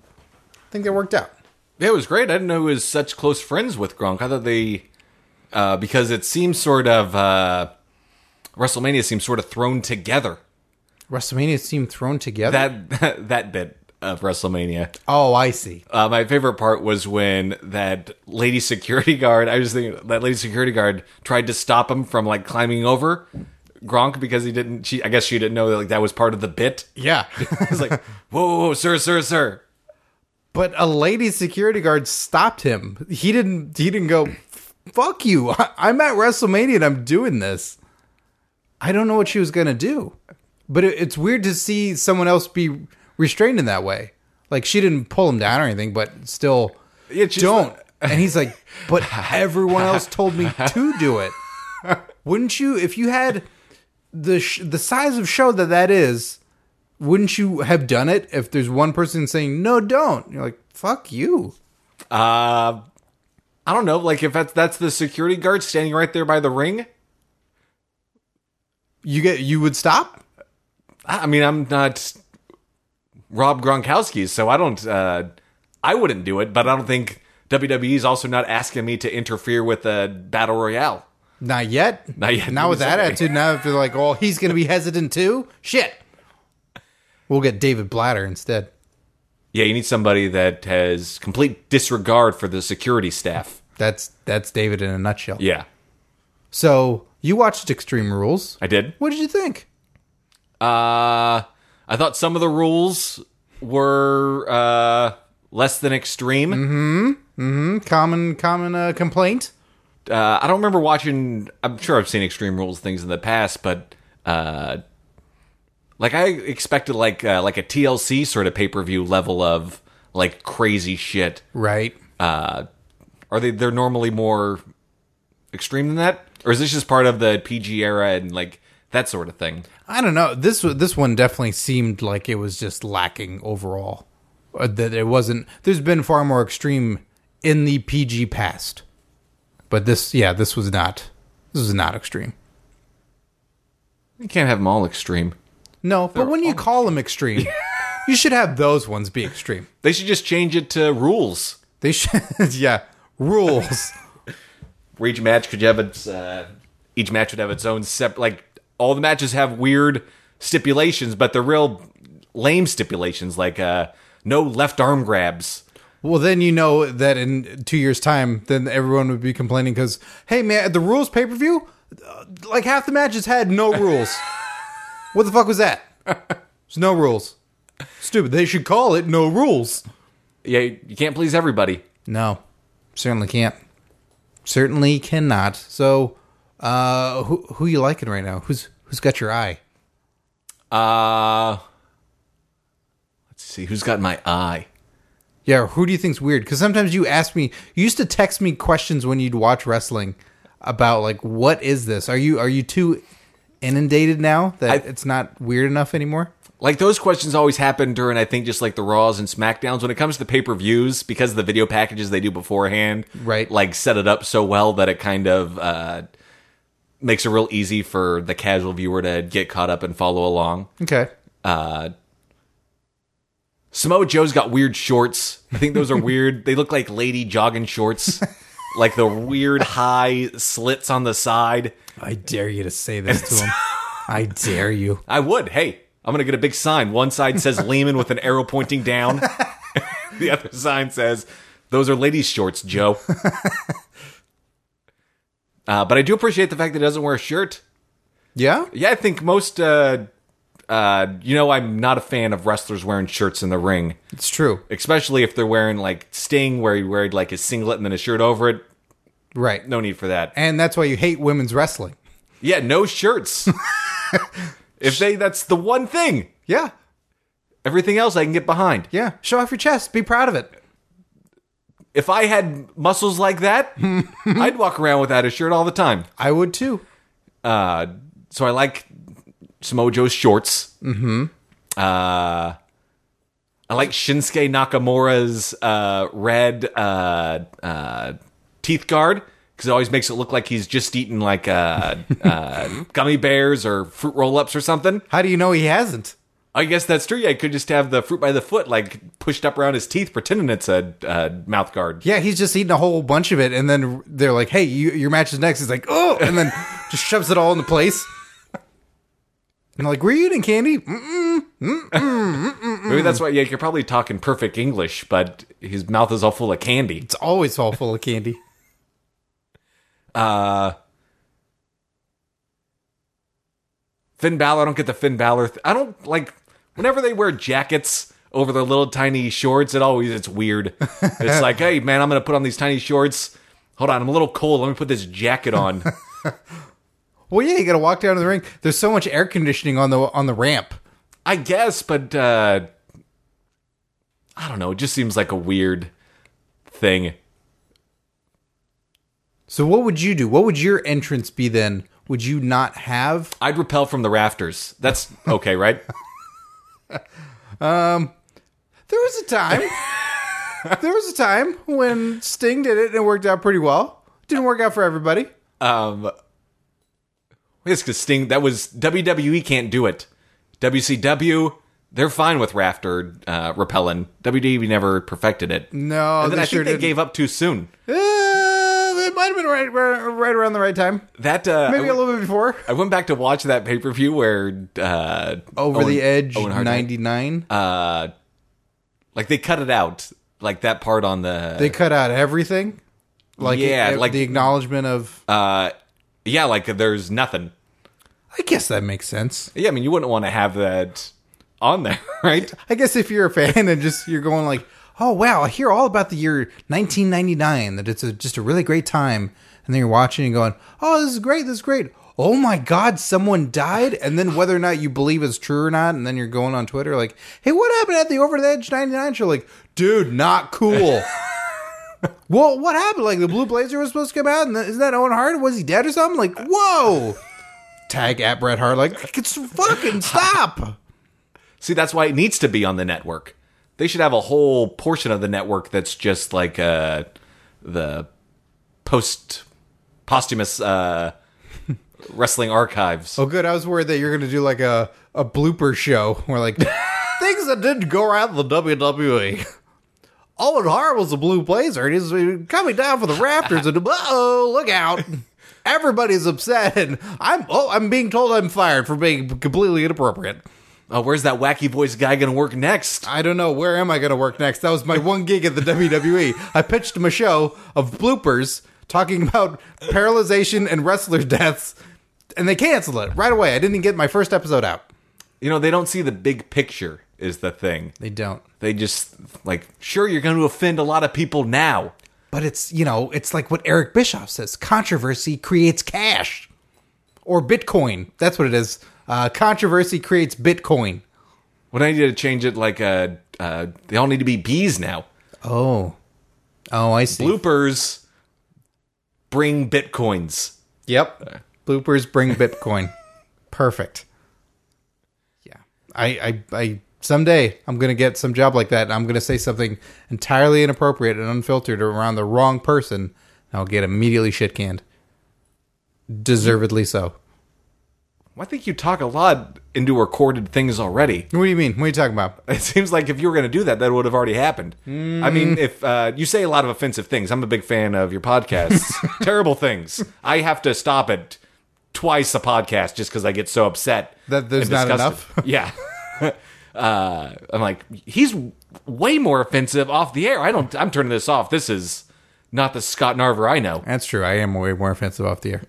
Speaker 1: they worked out.
Speaker 2: Yeah, it was great. I didn't know he was such close friends with Gronk. I thought they, uh, because it seems sort of uh, WrestleMania seems sort of thrown together.
Speaker 1: WrestleMania seemed thrown together.
Speaker 2: That that bit of WrestleMania.
Speaker 1: oh, I see.
Speaker 2: Uh, my favorite part was when that lady security guard. I was thinking that lady security guard tried to stop him from like climbing over Gronk because he didn't. She, I guess she didn't know that like that was part of the bit.
Speaker 1: Yeah,
Speaker 2: It's like, whoa, whoa, whoa, sir, sir, sir.
Speaker 1: but a lady security guard stopped him. He didn't. He didn't go. Fuck you! I, I'm at WrestleMania and I'm doing this. I don't know what she was gonna do, but it, it's weird to see someone else be restrained in that way. Like she didn't pull him down or anything, but still,
Speaker 2: Yeah, she's
Speaker 1: don't. and he's like, but everyone else told me to do it. Wouldn't you, if you had the sh- the size of show that that is, wouldn't you have done it if there's one person saying no, don't? You're like, fuck you.
Speaker 2: Uh, I don't know. Like if that's that's the security guard standing right there by the ring.
Speaker 1: You get you would stop.
Speaker 2: I I mean, I'm not Rob Gronkowski, so I don't. Uh, I wouldn't do it, but I don't think WWE is also not asking me to interfere with a battle royale.
Speaker 1: Not yet.
Speaker 2: Not yet.
Speaker 1: Not with that
Speaker 2: Sorry.
Speaker 1: attitude. Now if you're like, oh, he's gonna be hesitant too. Shit. We'll get David Blatter instead.
Speaker 2: Yeah, you need somebody that has complete disregard for the security staff.
Speaker 1: That's that's David in a nutshell.
Speaker 2: Yeah,
Speaker 1: So you watched Extreme Rules.
Speaker 2: I did.
Speaker 1: What did you think?
Speaker 2: Uh, I thought some of the rules were uh, less than extreme.
Speaker 1: Common common uh, complaint.
Speaker 2: uh, I don't remember watching. I'm sure I've seen Extreme Rules things in the past, but uh, like I expected, like uh, like a TLC sort of pay per view level of like crazy shit.
Speaker 1: Right.
Speaker 2: Uh, are they? They're normally more extreme than that, or is this just part of the PG era and like that sort of thing?
Speaker 1: I don't know. This wa- this one definitely seemed like it was just lacking overall. Uh, That it wasn't. There's been far more extreme in the PG past, but this, yeah, this was not. This was not extreme.
Speaker 2: You can't have them all extreme.
Speaker 1: No, but when you call them extreme, you should have those ones be extreme.
Speaker 2: They should just change it to rules.
Speaker 1: They should, yeah, rules.
Speaker 2: where each match could have its uh, each match would have its own sep like all the matches have weird stipulations, but they're real lame stipulations, like uh, no left arm grabs.
Speaker 1: Well, then you know that in two years' time, then everyone would be complaining because, hey, man, at the rules pay per view, like half the matches had no rules. what the fuck was that? There's no rules. Stupid. They should call it no rules.
Speaker 2: Yeah, you can't please everybody.
Speaker 1: No, certainly can't. Certainly cannot. So, uh, who who you liking right now? Who's who's got your eye?
Speaker 2: Uh, let's see who's got my eye.
Speaker 1: Yeah, who do you think's weird? Because sometimes you ask me, you used to text me questions when you'd watch wrestling about like, what is this? Are you are you too inundated now that
Speaker 2: I-
Speaker 1: it's not weird enough anymore?
Speaker 2: Like those questions always happen during, I think, just like the Raws and Smackdowns. When it comes to the pay per views, because of the video packages they do beforehand,
Speaker 1: Right.
Speaker 2: Like set it up so well that it kind of uh, makes it real easy for the casual viewer to get caught up and follow along.
Speaker 1: Okay.
Speaker 2: Uh, Samoa Joe's got weird shorts. I think those are weird. They look like lady jogging shorts, like the weird high slits on the side.
Speaker 1: I dare you to say this to him. I dare you.
Speaker 2: I would. Hey, I'm gonna get a big sign. One side says Lehman with an arrow pointing down. the other sign says, "Those are ladies' shorts, Joe." uh, but I do appreciate the fact that he doesn't wear a shirt.
Speaker 1: Yeah.
Speaker 2: Yeah, I think most. Uh, uh, you know, I'm not a fan of wrestlers wearing shirts in the ring,
Speaker 1: It's true.
Speaker 2: especially if they're wearing like Sting, where he wear like his singlet and then a shirt over it.
Speaker 1: Right.
Speaker 2: No need for that.
Speaker 1: And that's why you hate women's wrestling.
Speaker 2: Yeah, no shirts. if they, that's the one thing.
Speaker 1: Yeah.
Speaker 2: Everything else I can get behind.
Speaker 1: Yeah. Show off your chest. Be proud of it.
Speaker 2: If I had muscles like that, I'd walk around without a shirt all the time.
Speaker 1: I would too.
Speaker 2: Uh, so I like Samoa Joe's shorts. Mm-hmm. Uh, I like Shinsuke Nakamura's uh, red uh, uh, teeth guard because it always makes it look like he's just eaten like uh, uh, gummy bears or fruit roll-ups or something.
Speaker 1: How do you know he hasn't?
Speaker 2: I guess that's true. Yeah, I could just have the fruit by the foot like pushed up around his teeth, pretending it's a uh, mouth guard.
Speaker 1: Yeah, he's just eating a whole bunch of it, and then they're like, "Hey, you, your match is next." He's like, "Oh," and then just shoves it all into place. And they're like, "Were you eating candy?" Mm.
Speaker 2: Maybe that's why. Yeah, you're probably talking perfect English, but his mouth is all full of candy.
Speaker 1: It's always all full of candy.
Speaker 2: Uh, Finn Balor. I don't get the Finn Balor. Th- I don't like whenever they wear jackets over their little tiny shorts. It always it's weird. It's like, hey man, I'm gonna put on these tiny shorts. Hold on, I'm a little cold. Let me put this jacket on.
Speaker 1: Well, yeah, you got to walk down to the ring. There's so much air conditioning on the on the ramp.
Speaker 2: I guess, but uh I don't know. It just seems like a weird thing.
Speaker 1: So, what would you do? What would your entrance be then? Would you not have?
Speaker 2: I'd repel from the rafters. That's okay, right?
Speaker 1: There was a time. there was a time when Sting did it and it worked out pretty well. Didn't work out for everybody.
Speaker 2: Um, it's 'cause Sting. That was WWE can't do it. WCW, they're fine with rafter uh, repelling. WWE E never perfected it.
Speaker 1: No,
Speaker 2: and then
Speaker 1: they
Speaker 2: I
Speaker 1: sure
Speaker 2: think they
Speaker 1: didn't.
Speaker 2: gave up too soon.
Speaker 1: Uh, it might have been right, right, right around the right time.
Speaker 2: That uh,
Speaker 1: Maybe a
Speaker 2: I, went,
Speaker 1: little bit before.
Speaker 2: I went back to watch that pay per view where uh,
Speaker 1: Over
Speaker 2: Owen-
Speaker 1: the Edge
Speaker 2: Owen Hart-
Speaker 1: 99.
Speaker 2: uh, like they cut it out, like that part on the
Speaker 1: they cut out everything. Like
Speaker 2: Yeah,
Speaker 1: it-
Speaker 2: like-
Speaker 1: the acknowledgement of
Speaker 2: uh, yeah, like there's nothing.
Speaker 1: I guess that makes sense.
Speaker 2: Yeah, I mean you wouldn't want to have that on there, right?
Speaker 1: I guess if you're a fan and just you're going like, "Oh wow, I hear all about the year 1999 that it's a, just a really great time." And then you're watching and going, "Oh, this is great. This is great." Oh my god, someone died and then whether or not you believe it's true or not and then you're going on Twitter like, "Hey, what happened at the Over the Edge 99 show?" Like, "Dude, not cool." well, what happened? Like the Blue Blazer was supposed to come out, and isn't that Owen Hart? Was he dead or something? Like, whoa! Tag at Bret Hart, like, it's fucking stop.
Speaker 2: See, that's why it needs to be on the network. They should have a whole portion of the network that's just like uh, the post posthumous uh, wrestling archives.
Speaker 1: Oh, good. I was worried that you're going to do like a, a blooper show where like things that didn't go right in the E. WWE. Owen Hart was a blue blazer. and He's coming down for the Raptors, and oh, look out! Everybody's upset, and I'm oh, I'm being told I'm fired for being completely inappropriate.
Speaker 2: Oh, where's that wacky voice guy going to work next?
Speaker 1: I don't know where am I going to work next. That was my one gig at the WWE. I pitched him a show of bloopers talking about paralyzation and wrestler deaths, and they canceled it right away. I didn't even get my first episode out.
Speaker 2: You know, they don't see the big picture, is the thing.
Speaker 1: They don't.
Speaker 2: They just, like, sure, you're going to offend a lot of people now.
Speaker 1: But it's you know it's like what Eric Bischoff says: controversy creates cash, or Bitcoin. That's what it is. Uh, controversy creates Bitcoin.
Speaker 2: When I need to change it, like, uh, uh, they all need to be bees now.
Speaker 1: Oh, oh, I see.
Speaker 2: Bloopers bring bitcoins.
Speaker 1: Yep. Bloopers bring Bitcoin. Perfect. Yeah. I, I, I, someday I'm going to get some job like that and I'm going to say something entirely inappropriate and unfiltered around the wrong person. And I'll get immediately shit canned. Deservedly so.
Speaker 2: Well, I think you talk a lot into recorded things already.
Speaker 1: What do you mean? What are you talking about?
Speaker 2: It seems like if you were going to do that, that would have already happened. I
Speaker 1: Mm.
Speaker 2: mean, if uh, you say a lot of offensive things, I'm a big fan of your podcasts. Terrible things. I have to stop it twice a podcast just because I get so upset.
Speaker 1: That there's
Speaker 2: and
Speaker 1: not
Speaker 2: disgusted. yeah. uh, I'm like, he's way more offensive off the air. I don't. I'm turning this off. This is not the Scott Narver I know.
Speaker 1: That's true. I am way more offensive off the air.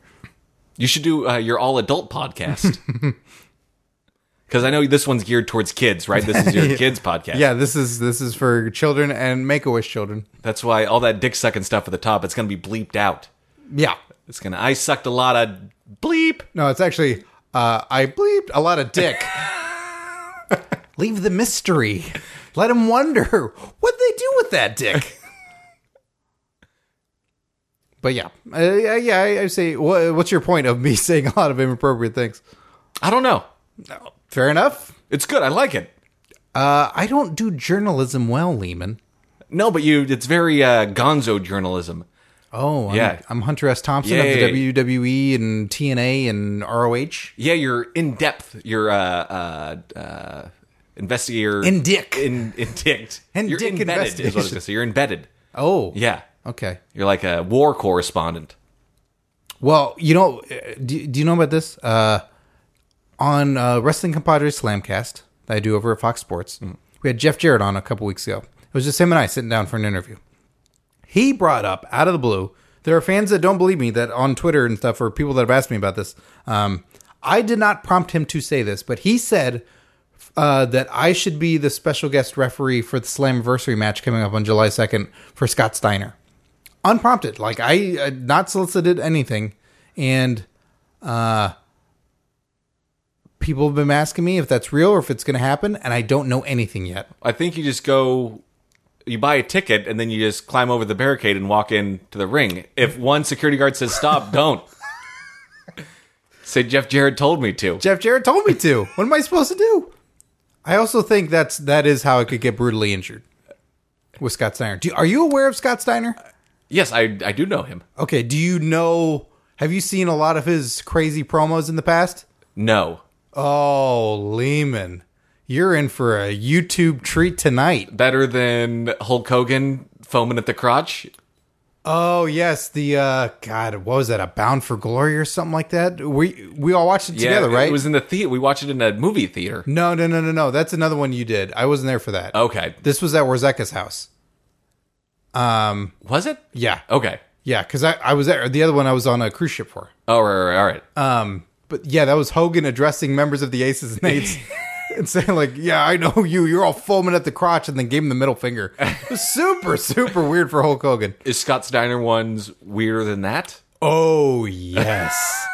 Speaker 2: You should do uh, your all adult podcast. Because I know this one's geared towards kids, right? This is your kids podcast.
Speaker 1: Yeah, this is this is for children and make a wish children.
Speaker 2: That's why all that dick sucking stuff at the top, it's going to be bleeped out.
Speaker 1: Yeah.
Speaker 2: It's going to, I sucked a lot of bleep.
Speaker 1: No, it's actually uh, I bleeped a lot of dick. Leave the mystery. Let him wonder what they do with that dick. but yeah, uh, yeah, yeah, I, I say, wha- what's your point of me saying a lot of inappropriate things?
Speaker 2: I don't know.
Speaker 1: Fair enough.
Speaker 2: It's good. I like it.
Speaker 1: Uh, I don't do journalism well, Lehman.
Speaker 2: No, but you, it's very uh, gonzo journalism.
Speaker 1: Oh, I'm,
Speaker 2: Yeah.
Speaker 1: I'm Hunter S. Thompson
Speaker 2: Yay.
Speaker 1: of the WWE and TNA and ROH.
Speaker 2: Yeah, you're in depth. You're, uh, uh, uh, investigator.
Speaker 1: In dick.
Speaker 2: In, in dicked.
Speaker 1: In
Speaker 2: you're
Speaker 1: dick
Speaker 2: embedded, is what I was
Speaker 1: investigation.
Speaker 2: going to say. You're embedded.
Speaker 1: Oh,
Speaker 2: Yeah.
Speaker 1: Okay.
Speaker 2: You're like a war correspondent.
Speaker 1: Well, you know, uh, do, do you know about this? Uh, on uh, Wrestling Compadres Slamcast that I do over at Fox Sports, we had Jeff Jarrett on a couple weeks ago. It was just him and I sitting down for an interview. He brought up out of the blue. There are fans that don't believe me that on Twitter and stuff, or people that have asked me about this. Um, I did not prompt him to say this, but he said uh, that I should be the special guest referee for the Slammiversary match coming up on July 2nd for Scott Steiner. Unprompted. Like, I uh, not solicited anything. And uh, people have been asking me if that's real or if it's going to happen, and I don't know anything yet.
Speaker 2: I think you just go, you buy a ticket, and then you just climb over the barricade and walk into the ring. If one security guard says stop, don't. Say Jeff Jarrett told me to.
Speaker 1: Jeff Jarrett told me to. What am I supposed to do? I also think that's that is how I could get brutally injured with Scott Steiner. Do, are you aware of Scott Steiner?
Speaker 2: Yes, I I do know him.
Speaker 1: Okay. Do you know? Have you seen a lot of his crazy promos in the past?
Speaker 2: No,
Speaker 1: Oh, Lehman, you're in for a YouTube treat tonight.
Speaker 2: better than Hulk Hogan foaming at the crotch.
Speaker 1: Oh yes, the uh, God, what was that? A Bound for Glory or something like that? We we all watched it together,
Speaker 2: yeah,
Speaker 1: right?
Speaker 2: It was in the theater. We watched it in a movie theater.
Speaker 1: no, no, no, no, no. That's another one you did. I wasn't there for that.
Speaker 2: Okay,
Speaker 1: This was at Warzeka's house.
Speaker 2: was it?
Speaker 1: Yeah.
Speaker 2: Okay.
Speaker 1: Yeah, because I, I was there. The other one I was on a cruise ship for.
Speaker 2: All Oh, right, all right, all right.
Speaker 1: Um, but yeah, that was Hogan addressing members of the Aces and Eights and saying like, "Yeah, I know you. You're all foaming at the crotch," and then gave him the middle finger. It was super, super weird for Hulk Hogan.
Speaker 2: Is Scott Steiner one's weirder than that?
Speaker 1: Oh yes.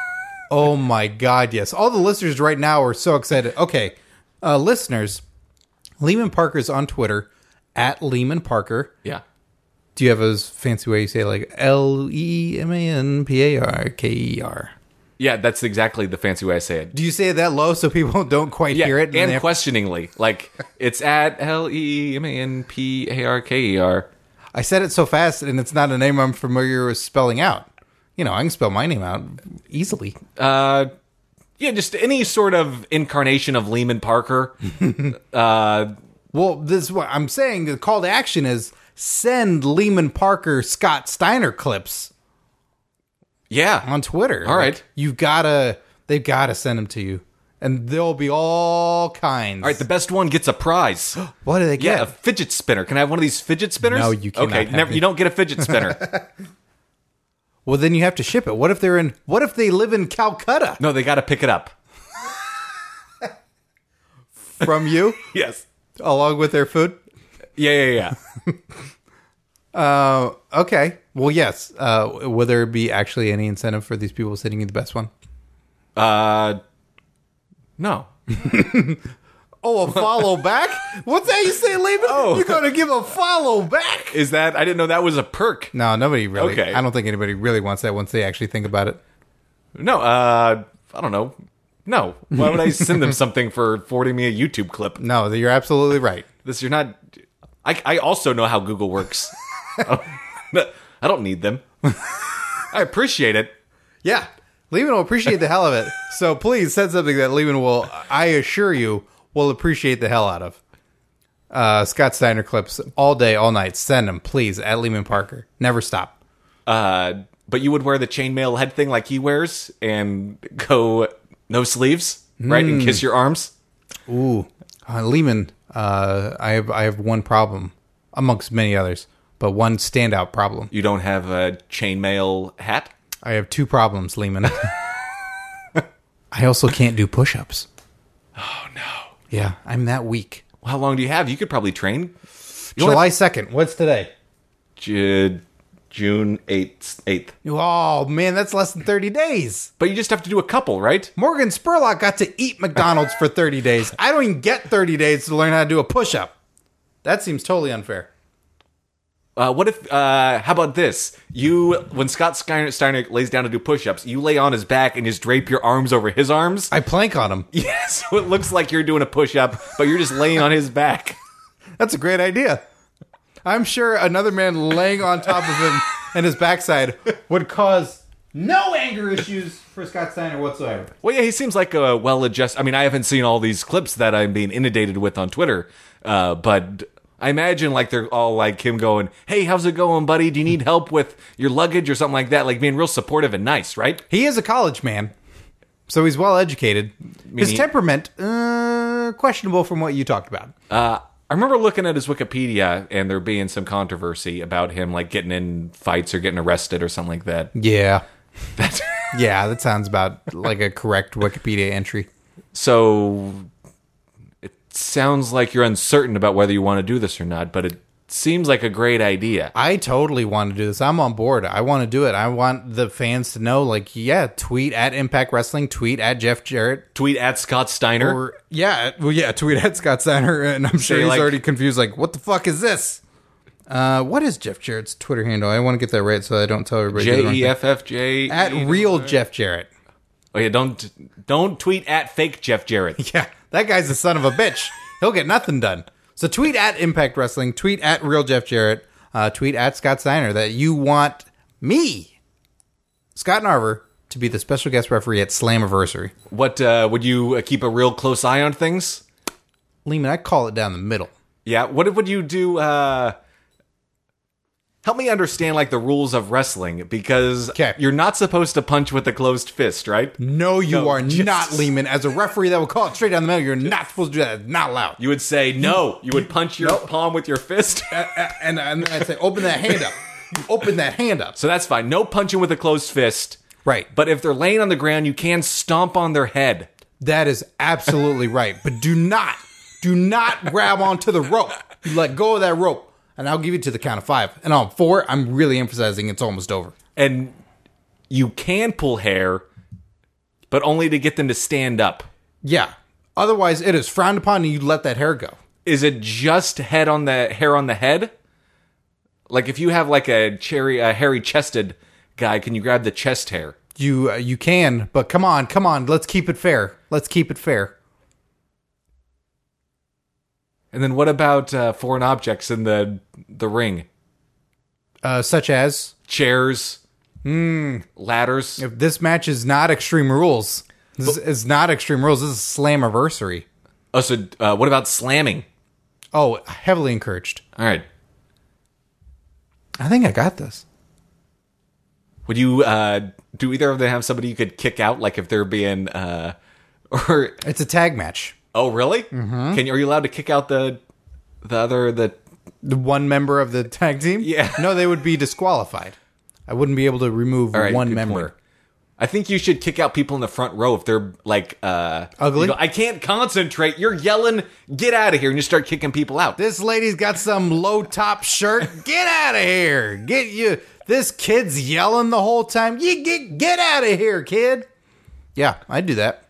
Speaker 1: oh my God, yes. All the listeners right now are so excited. Okay, uh, listeners, Lehman Parker's on Twitter at Lehman Parker.
Speaker 2: Yeah.
Speaker 1: Do you have a fancy way you say it, like L E M A N P A R K E R?
Speaker 2: Yeah, that's exactly the fancy way I say it.
Speaker 1: Do you say it that low so people don't quite
Speaker 2: Yeah,
Speaker 1: hear it?
Speaker 2: and,
Speaker 1: they have-
Speaker 2: questioningly. Like it's at L E M A N P A R K E R.
Speaker 1: I said it so fast, and it's not a name I'm familiar with spelling out. You know, I can spell my name out easily.
Speaker 2: Uh, yeah, just any sort of incarnation of Lehman Parker.
Speaker 1: Hmm.
Speaker 2: uh,
Speaker 1: Well, this is what I'm saying. The call to action is send Lehman Parker Scott Steiner clips.
Speaker 2: Yeah.
Speaker 1: on Twitter.
Speaker 2: All right.
Speaker 1: Like, you've gotta they've gotta send them to you, and there'll be all kinds.
Speaker 2: All right, the best one gets a prize.
Speaker 1: what do they
Speaker 2: Yeah, a
Speaker 1: get?
Speaker 2: fidget spinner. Can I have one of these fidget spinners?
Speaker 1: No, you cannot
Speaker 2: Okay,
Speaker 1: have
Speaker 2: never,
Speaker 1: it.
Speaker 2: you don't get a fidget spinner.
Speaker 1: Well, then you have to ship it. What if they're in? What if they live in Calcutta
Speaker 2: no, they got to pick it up.
Speaker 1: from you,
Speaker 2: Yes.
Speaker 1: along with their food?
Speaker 2: Yeah, yeah,
Speaker 1: Uh, okay. Well, yes. Uh, will there be actually any incentive for these people sending you the best one?
Speaker 2: yeah. Uh, no.
Speaker 1: Oh, a follow back? What's that you say, Lehman?
Speaker 2: Oh.
Speaker 1: You're gonna give a follow back?
Speaker 2: Is that? I didn't know that was a perk.
Speaker 1: No, nobody really.
Speaker 2: Okay.
Speaker 1: I don't think anybody really wants that once they actually think about it.
Speaker 2: No, uh, I don't know. No. Why would I send them something for forwarding me a YouTube clip?
Speaker 1: No, you're absolutely right.
Speaker 2: This, you're not. I, I also know how Google works. I don't need them. I appreciate it.
Speaker 1: Yeah. Lehman will appreciate the hell of it. So please send something that Lehman will, I assure you, will appreciate the hell out of. Uh, Scott Steiner clips all day, all night. Send them, please, at Lehman Parker. Never stop.
Speaker 2: Uh, but you would wear the chainmail head thing like he wears and go no sleeves, right? And kiss your arms.
Speaker 1: Ooh. Uh, Lehman, uh, I, have, I have one problem, amongst many others, but one standout problem.
Speaker 2: You don't have a chainmail hat.
Speaker 1: I have two problems, Lehman. I also can't do push ups.
Speaker 2: Oh no!
Speaker 1: Yeah, I'm that weak.
Speaker 2: How long do you have? You could probably train. You only
Speaker 1: July 2nd. What's today?
Speaker 2: Ju- June eighth. Eighth.
Speaker 1: Oh, man, that's less than 30 days.
Speaker 2: But you just have to do a couple, right?
Speaker 1: Morgan Spurlock got to eat McDonald's for 30 days. I don't even get 30 days to learn how to do a push up. That seems totally unfair.
Speaker 2: Uh, what if? Uh, how about this? You, when Scott Steiner, Steiner lays down to do push-ups, you lay on his back and just drape your arms over his arms.
Speaker 1: I plank on him.
Speaker 2: Yeah, so it looks like you're doing a push-up, but you're just laying on his back.
Speaker 1: That's a great idea. I'm sure another man laying on top of him and his backside would cause no anger issues for Scott Steiner whatsoever.
Speaker 2: Well, yeah, he seems like a well-adjusted. I mean, I haven't seen all these clips that I'm being inundated with on Twitter, uh, but I imagine like they're all like him going, "Hey, how's it going, buddy? Do you need help with your luggage or something like that?" Like being real supportive and nice, right?
Speaker 1: He is a college man, so he's well educated. His
Speaker 2: he-
Speaker 1: temperament, uh, questionable from what you talked about.
Speaker 2: Uh, I remember looking at his Wikipedia and there being some controversy about him like getting in fights or getting arrested or something like that.
Speaker 1: Yeah.
Speaker 2: That's-
Speaker 1: Yeah, that sounds about like a correct Wikipedia entry.
Speaker 2: so it sounds like you're uncertain about whether you want to do this or not, but it seems like a great idea.
Speaker 1: I totally want to do this. I'm on board. I want to do it. I want the fans to know, like, yeah, tweet at Impact Wrestling, tweet at Jeff Jarrett,
Speaker 2: Tweet at Scott Steiner.
Speaker 1: or yeah, well, yeah, tweet at Scott Steiner. And I'm sure
Speaker 2: Say,
Speaker 1: he's
Speaker 2: like-
Speaker 1: already confused, like, what the fuck is this? Uh, what is Jeff Jarrett's Twitter handle? I want to get that right so I don't tell everybody. the wrong
Speaker 2: J
Speaker 1: thing.
Speaker 2: E F F J
Speaker 1: at real Jeff Jarrett.
Speaker 2: Oh yeah, don't don't tweet at fake Jeff Jarrett.
Speaker 1: Yeah, that guy's a son of a bitch. He'll get nothing done. So tweet at Impact Wrestling, tweet at Real Jeff Jarrett, uh, tweet at Scott Steiner that you want me, Scott Narver, to be the special guest referee at Slammiversary.
Speaker 2: What uh, would you uh, keep a real close eye on things?
Speaker 1: Lehman, I call it down the middle.
Speaker 2: Yeah, what would you do? Uh, help me understand like the rules of wrestling because
Speaker 1: 'Kay.
Speaker 2: you're not supposed to punch with a closed fist, right?
Speaker 1: No, you
Speaker 2: No,
Speaker 1: are
Speaker 2: just-
Speaker 1: not, Lehman. As a referee that will call it straight down the middle, you're not supposed to do that. It's not allowed.
Speaker 2: You would say no. You would punch your palm with your fist.
Speaker 1: Uh, and, and then I say, open that hand up. You open that hand up.
Speaker 2: so that's fine. No punching with a closed fist.
Speaker 1: Right.
Speaker 2: But if they're laying on the ground, you can stomp on their head.
Speaker 1: That is absolutely right. But do not, do not grab onto the rope. You let go of that rope, and I'll give you to the count of five. And on four, I'm really emphasizing it's almost over.
Speaker 2: and you can pull hair, but only to get them to stand up.
Speaker 1: Yeah. Otherwise, it is frowned upon, and you let that hair go.
Speaker 2: Is it just head on the hair on the head? Like if you have like a cherry, a hairy chested guy, can you grab the chest hair?
Speaker 1: You uh, you can, but come on, come on. Let's keep it fair. Let's keep it fair.
Speaker 2: And then what about uh, foreign objects in the the ring?
Speaker 1: Uh, such as
Speaker 2: Chairs, Hmm, ladders.
Speaker 1: if this match is not Extreme Rules. This is not Extreme Rules. This is Slammiversary.
Speaker 2: Oh, so uh, what about slamming?
Speaker 1: Oh, heavily encouraged.
Speaker 2: All right,
Speaker 1: I think I got this.
Speaker 2: Would you? Uh, do either of them have somebody you could kick out? Like if they're being, uh, or
Speaker 1: It's a tag match.
Speaker 2: oh really? Mm-hmm. Can you- are you allowed to kick out the the other the?
Speaker 1: The one member of the tag team?
Speaker 2: Yeah.
Speaker 1: No, they would be disqualified. I wouldn't be able to remove
Speaker 2: All right,
Speaker 1: one
Speaker 2: good
Speaker 1: member.
Speaker 2: point. I think you should kick out people in the front row if they're like uh
Speaker 1: Ugly?
Speaker 2: you go, I can't concentrate. You're yelling, get out of here, and you start kicking people out.
Speaker 1: This lady's got some low top shirt. Get out of here. Get you. This kid's yelling the whole time. You get get out of here, kid. Yeah, I'd do that.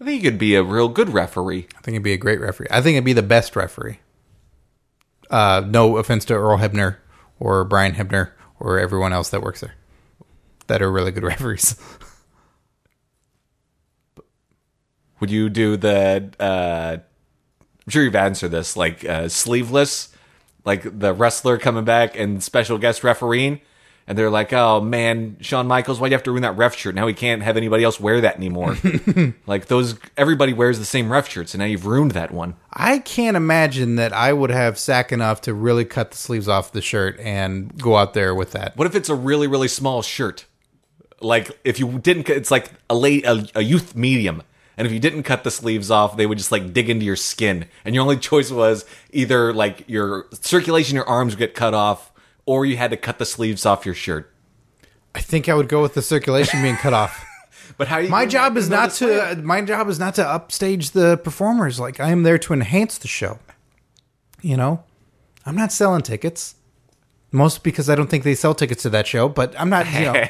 Speaker 2: I think you could be a real good referee.
Speaker 1: I think it'd be a great referee. I think it'd be the best referee. Uh, no offense to Earl Hebner or Brian Hebner or everyone else that works there that are really good referees.
Speaker 2: Would you do the uh I'm sure you've answered this, like uh sleeveless, like the wrestler coming back and special guest refereeing, and they're like, Oh man, Shawn Michaels, why do you have to ruin that ref shirt? Now he can't have anybody else wear that anymore. like those everybody wears the same ref shirts, and now you've ruined that one.
Speaker 1: I can't imagine that I would have sack enough to really cut the sleeves off the shirt and go out there with that.
Speaker 2: What if it's a really really small shirt? Like if you didn't, cut- it's like a late a, a youth medium, and if you didn't cut the sleeves off, they would just like dig into your skin, and your only choice was either like your circulation, in your arms would get cut off, or you had to cut the sleeves off your shirt.
Speaker 1: I think I would go with the circulation being cut off.
Speaker 2: But how? Are you
Speaker 1: My
Speaker 2: gonna
Speaker 1: job
Speaker 2: let
Speaker 1: is
Speaker 2: them know
Speaker 1: not
Speaker 2: this plan?
Speaker 1: to my job is not to upstage the performers. Like I am there to enhance the show. You know? I'm not selling tickets. Most because I don't think they sell tickets to that show, but I'm not, you know.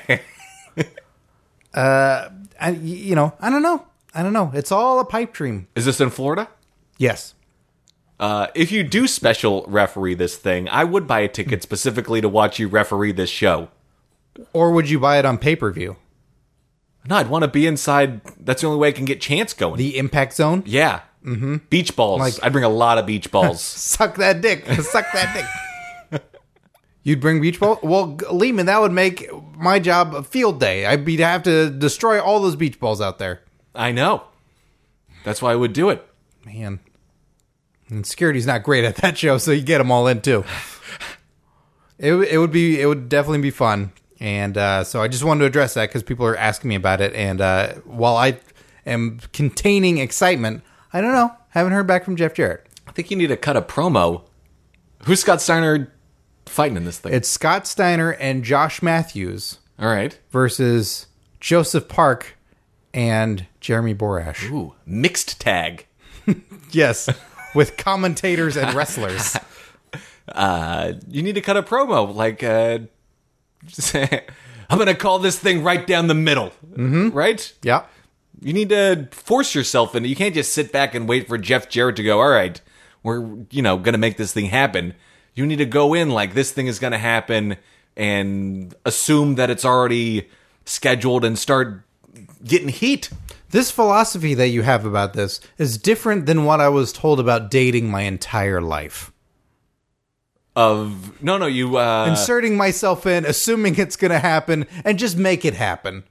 Speaker 1: uh I, you know, I don't know. I don't know. It's all a pipe dream.
Speaker 2: Is this in Florida?
Speaker 1: Yes.
Speaker 2: Uh, if you do special referee this thing, I would buy a
Speaker 1: Hmm.
Speaker 2: ticket specifically to watch you referee this show.
Speaker 1: Or would you buy it on pay-per-view?
Speaker 2: No, I'd want to be inside. That's the only way I can get chance going.
Speaker 1: The Impact Zone?
Speaker 2: Yeah. Mm-hmm. Beach balls. I'd bring a lot of beach balls.
Speaker 1: Suck that dick. Suck that dick. You'd bring beach ball. Well, G- Lehman, that would make my job a field day. I'd be have to destroy all those beach balls out there.
Speaker 2: I know. That's why I would do it.
Speaker 1: Man, and security's not great at that show, so you get them all in too. It w- it would be it would definitely be fun, and uh, so I just wanted to address that because people are asking me about it, and uh, while I am containing excitement, I don't know. Haven't heard back from Jeff Jarrett.
Speaker 2: I think you need to cut a promo. Who's Scott Steiner fighting in this thing?
Speaker 1: It's Scott Steiner and Josh Matthews.
Speaker 2: All right.
Speaker 1: versus Joseph Park and Jeremy Borash.
Speaker 2: Ooh, mixed tag.
Speaker 1: Yes, with commentators and wrestlers.
Speaker 2: Uh, you need to cut a promo. Like, uh, I'm going to call this thing right down the middle. Mm-hmm. Right?
Speaker 1: yeah.
Speaker 2: You need to force yourself into. You can't just sit back and wait for Jeff Jarrett to go. All right, we're you know going to make this thing happen. You need to go in like this thing is going to happen and assume that it's already scheduled and start getting heat.
Speaker 1: This philosophy that you have about this is different than what I was told about dating my entire life.
Speaker 2: Of no, no, you. uh
Speaker 1: Inserting myself in, assuming it's going to happen, and just make it happen.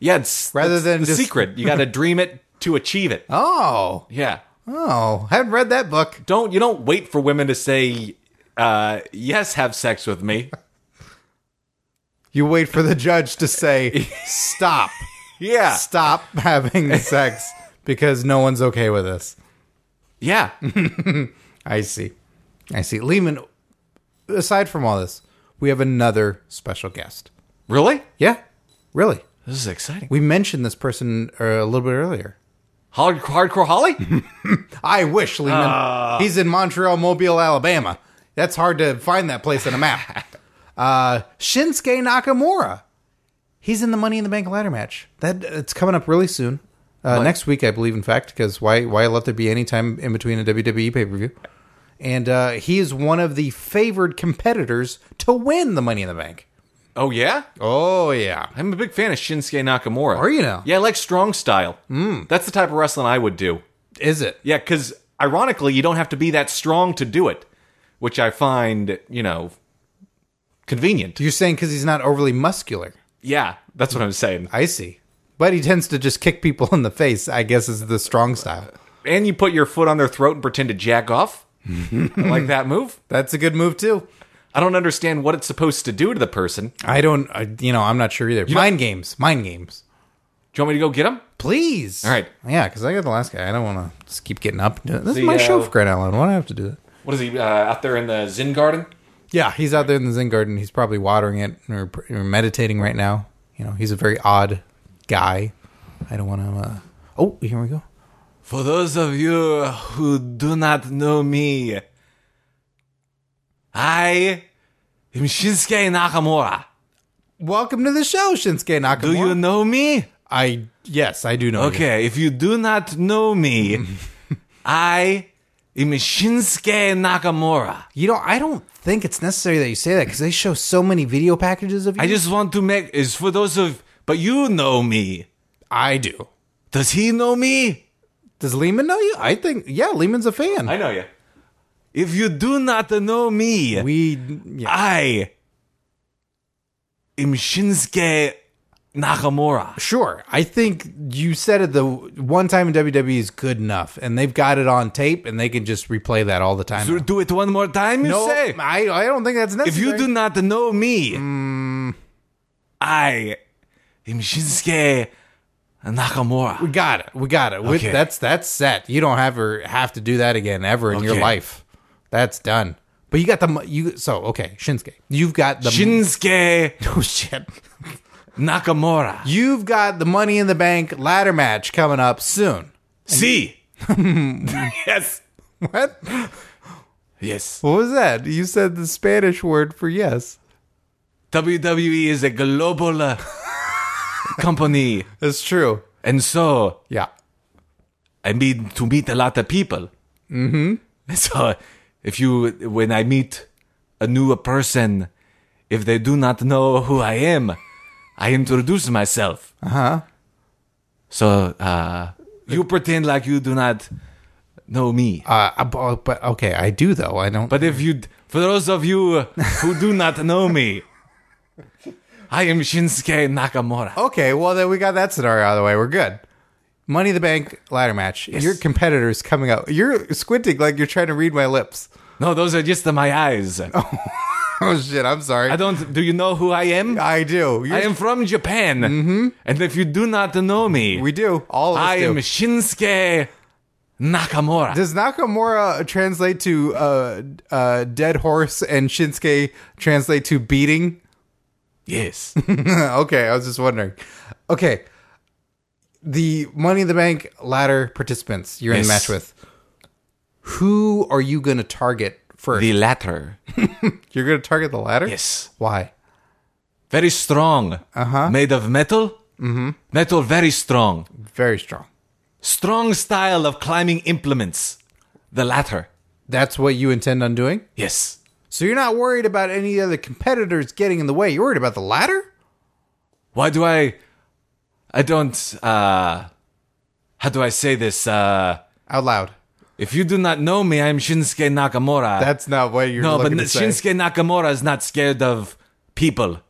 Speaker 2: Yeah, it's
Speaker 1: Rather
Speaker 2: that's
Speaker 1: than
Speaker 2: the
Speaker 1: just-
Speaker 2: secret. You got to dream it to achieve it.
Speaker 1: Oh,
Speaker 2: Yeah,
Speaker 1: oh, haven't read that book.
Speaker 2: don't you don't wait for women to say uh yes, have sex with me.
Speaker 1: You wait for the judge to say, stop,
Speaker 2: Yeah,
Speaker 1: stop having sex because no one's okay with this.
Speaker 2: yeah.
Speaker 1: I see. I see. Lehman, aside from all this, we have another special guest.
Speaker 2: really?
Speaker 1: Yeah, really.
Speaker 2: This is exciting.
Speaker 1: We mentioned this person uh, a little bit earlier.
Speaker 2: Hard, hardcore Holly.
Speaker 1: I wish, Lehman. He's in Montreal, Mobile, Alabama. That's hard to find that place on a map. uh, Shinsuke Nakamura. He's in the Money in the Bank ladder match. That It's coming up really soon. Uh, next week, I believe, in fact, because why, why let there be any time in between a WWE pay per view? And uh, he is one of the favored competitors to win the Money in the Bank.
Speaker 2: Oh yeah,
Speaker 1: Oh, yeah.
Speaker 2: I'm a big fan of Shinsuke Nakamura.
Speaker 1: Are you now? Hmm.
Speaker 2: Yeah, I like strong style. Mm. That's the type of wrestling I would do.
Speaker 1: Is it?
Speaker 2: Yeah, because ironically, you don't have to be that strong to do it, which I find you know convenient.
Speaker 1: You're saying because he's not overly muscular.
Speaker 2: Yeah, that's what I'm saying.
Speaker 1: I see. But he tends to just kick people in the face, I guess, is the strong style.
Speaker 2: And you put your foot on their throat and pretend to jack off. I like that move.
Speaker 1: That's a good move too.
Speaker 2: I don't understand what it's supposed to do to the person.
Speaker 1: I don't, I, you know, I'm not sure either. mind games, mind games.
Speaker 2: Do you want me to go get him?
Speaker 1: Please. All
Speaker 2: right.
Speaker 1: Yeah, because I got the last guy. I don't want to just keep getting up. and doing- This is
Speaker 2: The,
Speaker 1: my show
Speaker 2: uh,
Speaker 1: for crying out loud. Why do I have to do that?
Speaker 2: What is he uh, out there in the Zen garden?
Speaker 1: Yeah, he's out there in the Zen garden. He's probably watering it or, or meditating right now. You know, he's a very odd guy. I don't want to. Uh... Oh, here we go.
Speaker 2: For those of you who do not know me, I am Shinsuke Nakamura.
Speaker 1: Welcome to the show, Shinsuke Nakamura.
Speaker 2: Do you know me?
Speaker 1: I yes, I do know. you.
Speaker 2: Okay, if you do not know me, I am Shinsuke Nakamura.
Speaker 1: You know, I don't think it's necessary that you say that because they show so many video packages of you.
Speaker 2: I just want to make is for those of but you know me.
Speaker 1: I do.
Speaker 2: Does he know me?
Speaker 1: Does Lehman know you? I think yeah, Lehman's a fan.
Speaker 2: know you. If you do not know me,
Speaker 1: we yeah.
Speaker 2: I am Shinsuke Nakamura.
Speaker 1: Sure. I think you said it the one time in WWE is good enough, and they've got it on tape, and they can just replay that all the time.
Speaker 2: Do- Do it one more time, you
Speaker 1: no,
Speaker 2: say?
Speaker 1: I, I don't think that's necessary.
Speaker 2: If you do not know me, I am Shinsuke Nakamura.
Speaker 1: we got it. We got it. We-
Speaker 2: Okay.
Speaker 1: that's that's set. You don't ever have to do that again ever in your
Speaker 2: Okay.
Speaker 1: life. That's done. But you got the mo- you. So okay, Shinsuke, you've got the
Speaker 2: Shinsuke
Speaker 1: oh shit.
Speaker 2: Nakamura.
Speaker 1: You've got the Money in the Bank ladder match coming up soon.
Speaker 2: See? yes.
Speaker 1: What?
Speaker 2: Yes.
Speaker 1: What was that? You said the Spanish word for yes.
Speaker 2: WWE E is a global uh, company.
Speaker 1: That's true.
Speaker 2: And so
Speaker 1: Yeah.
Speaker 2: I mean to meet a lot of people. Mm-hmm. So if you when I meet a new person, if they do not know who I am, I introduce myself. Uh-huh. So uh you pretend like you do not know me.
Speaker 1: Uh, uh, bu- but okay, I do though. I don't.
Speaker 2: But if you for those of you who do not know me, I am Shinsuke Nakamura.
Speaker 1: okay, well then we got that scenario out of the way. We're good. Money in the Bank ladder match. Your competitor's coming out. You're squinting like you're trying to read my lips.
Speaker 2: No, those are just my eyes.
Speaker 1: Oh shit! I'm sorry.
Speaker 2: I
Speaker 1: I,
Speaker 2: don't do you know who I am?
Speaker 1: do. You're,
Speaker 2: I am from Japan. And if you do not know me,
Speaker 1: Mm-hmm. we do. All of us
Speaker 2: I
Speaker 1: do.
Speaker 2: am Shinsuke Nakamura.
Speaker 1: Does Nakamura translate to uh, uh, dead horse and Shinsuke translate to beating?
Speaker 2: yes.
Speaker 1: okay, I was just wondering. Okay, the Money in the Bank ladder participants you're in the match
Speaker 2: Yes.
Speaker 1: with. Who are you going to target first?
Speaker 2: the latter.
Speaker 1: you're going to target the ladder.
Speaker 2: Yes.
Speaker 1: Why?
Speaker 2: Very strong. Uh-huh. Made of metal. Mm-hmm. Metal very strong.
Speaker 1: Very strong.
Speaker 2: Strong style of climbing implements. The latter.
Speaker 1: That's what you intend on doing.
Speaker 2: Yes.
Speaker 1: So you're not worried about any other competitors getting in the way. You're worried about the ladder.
Speaker 2: Why do I I don't uh how do I say this? Uh
Speaker 1: Out loud.
Speaker 2: if you do not know me, I'm Shinsuke Nakamura.
Speaker 1: That's not what you're.
Speaker 2: no, but
Speaker 1: looking
Speaker 2: n-
Speaker 1: to say.
Speaker 2: Shinsuke Nakamura is not scared of people.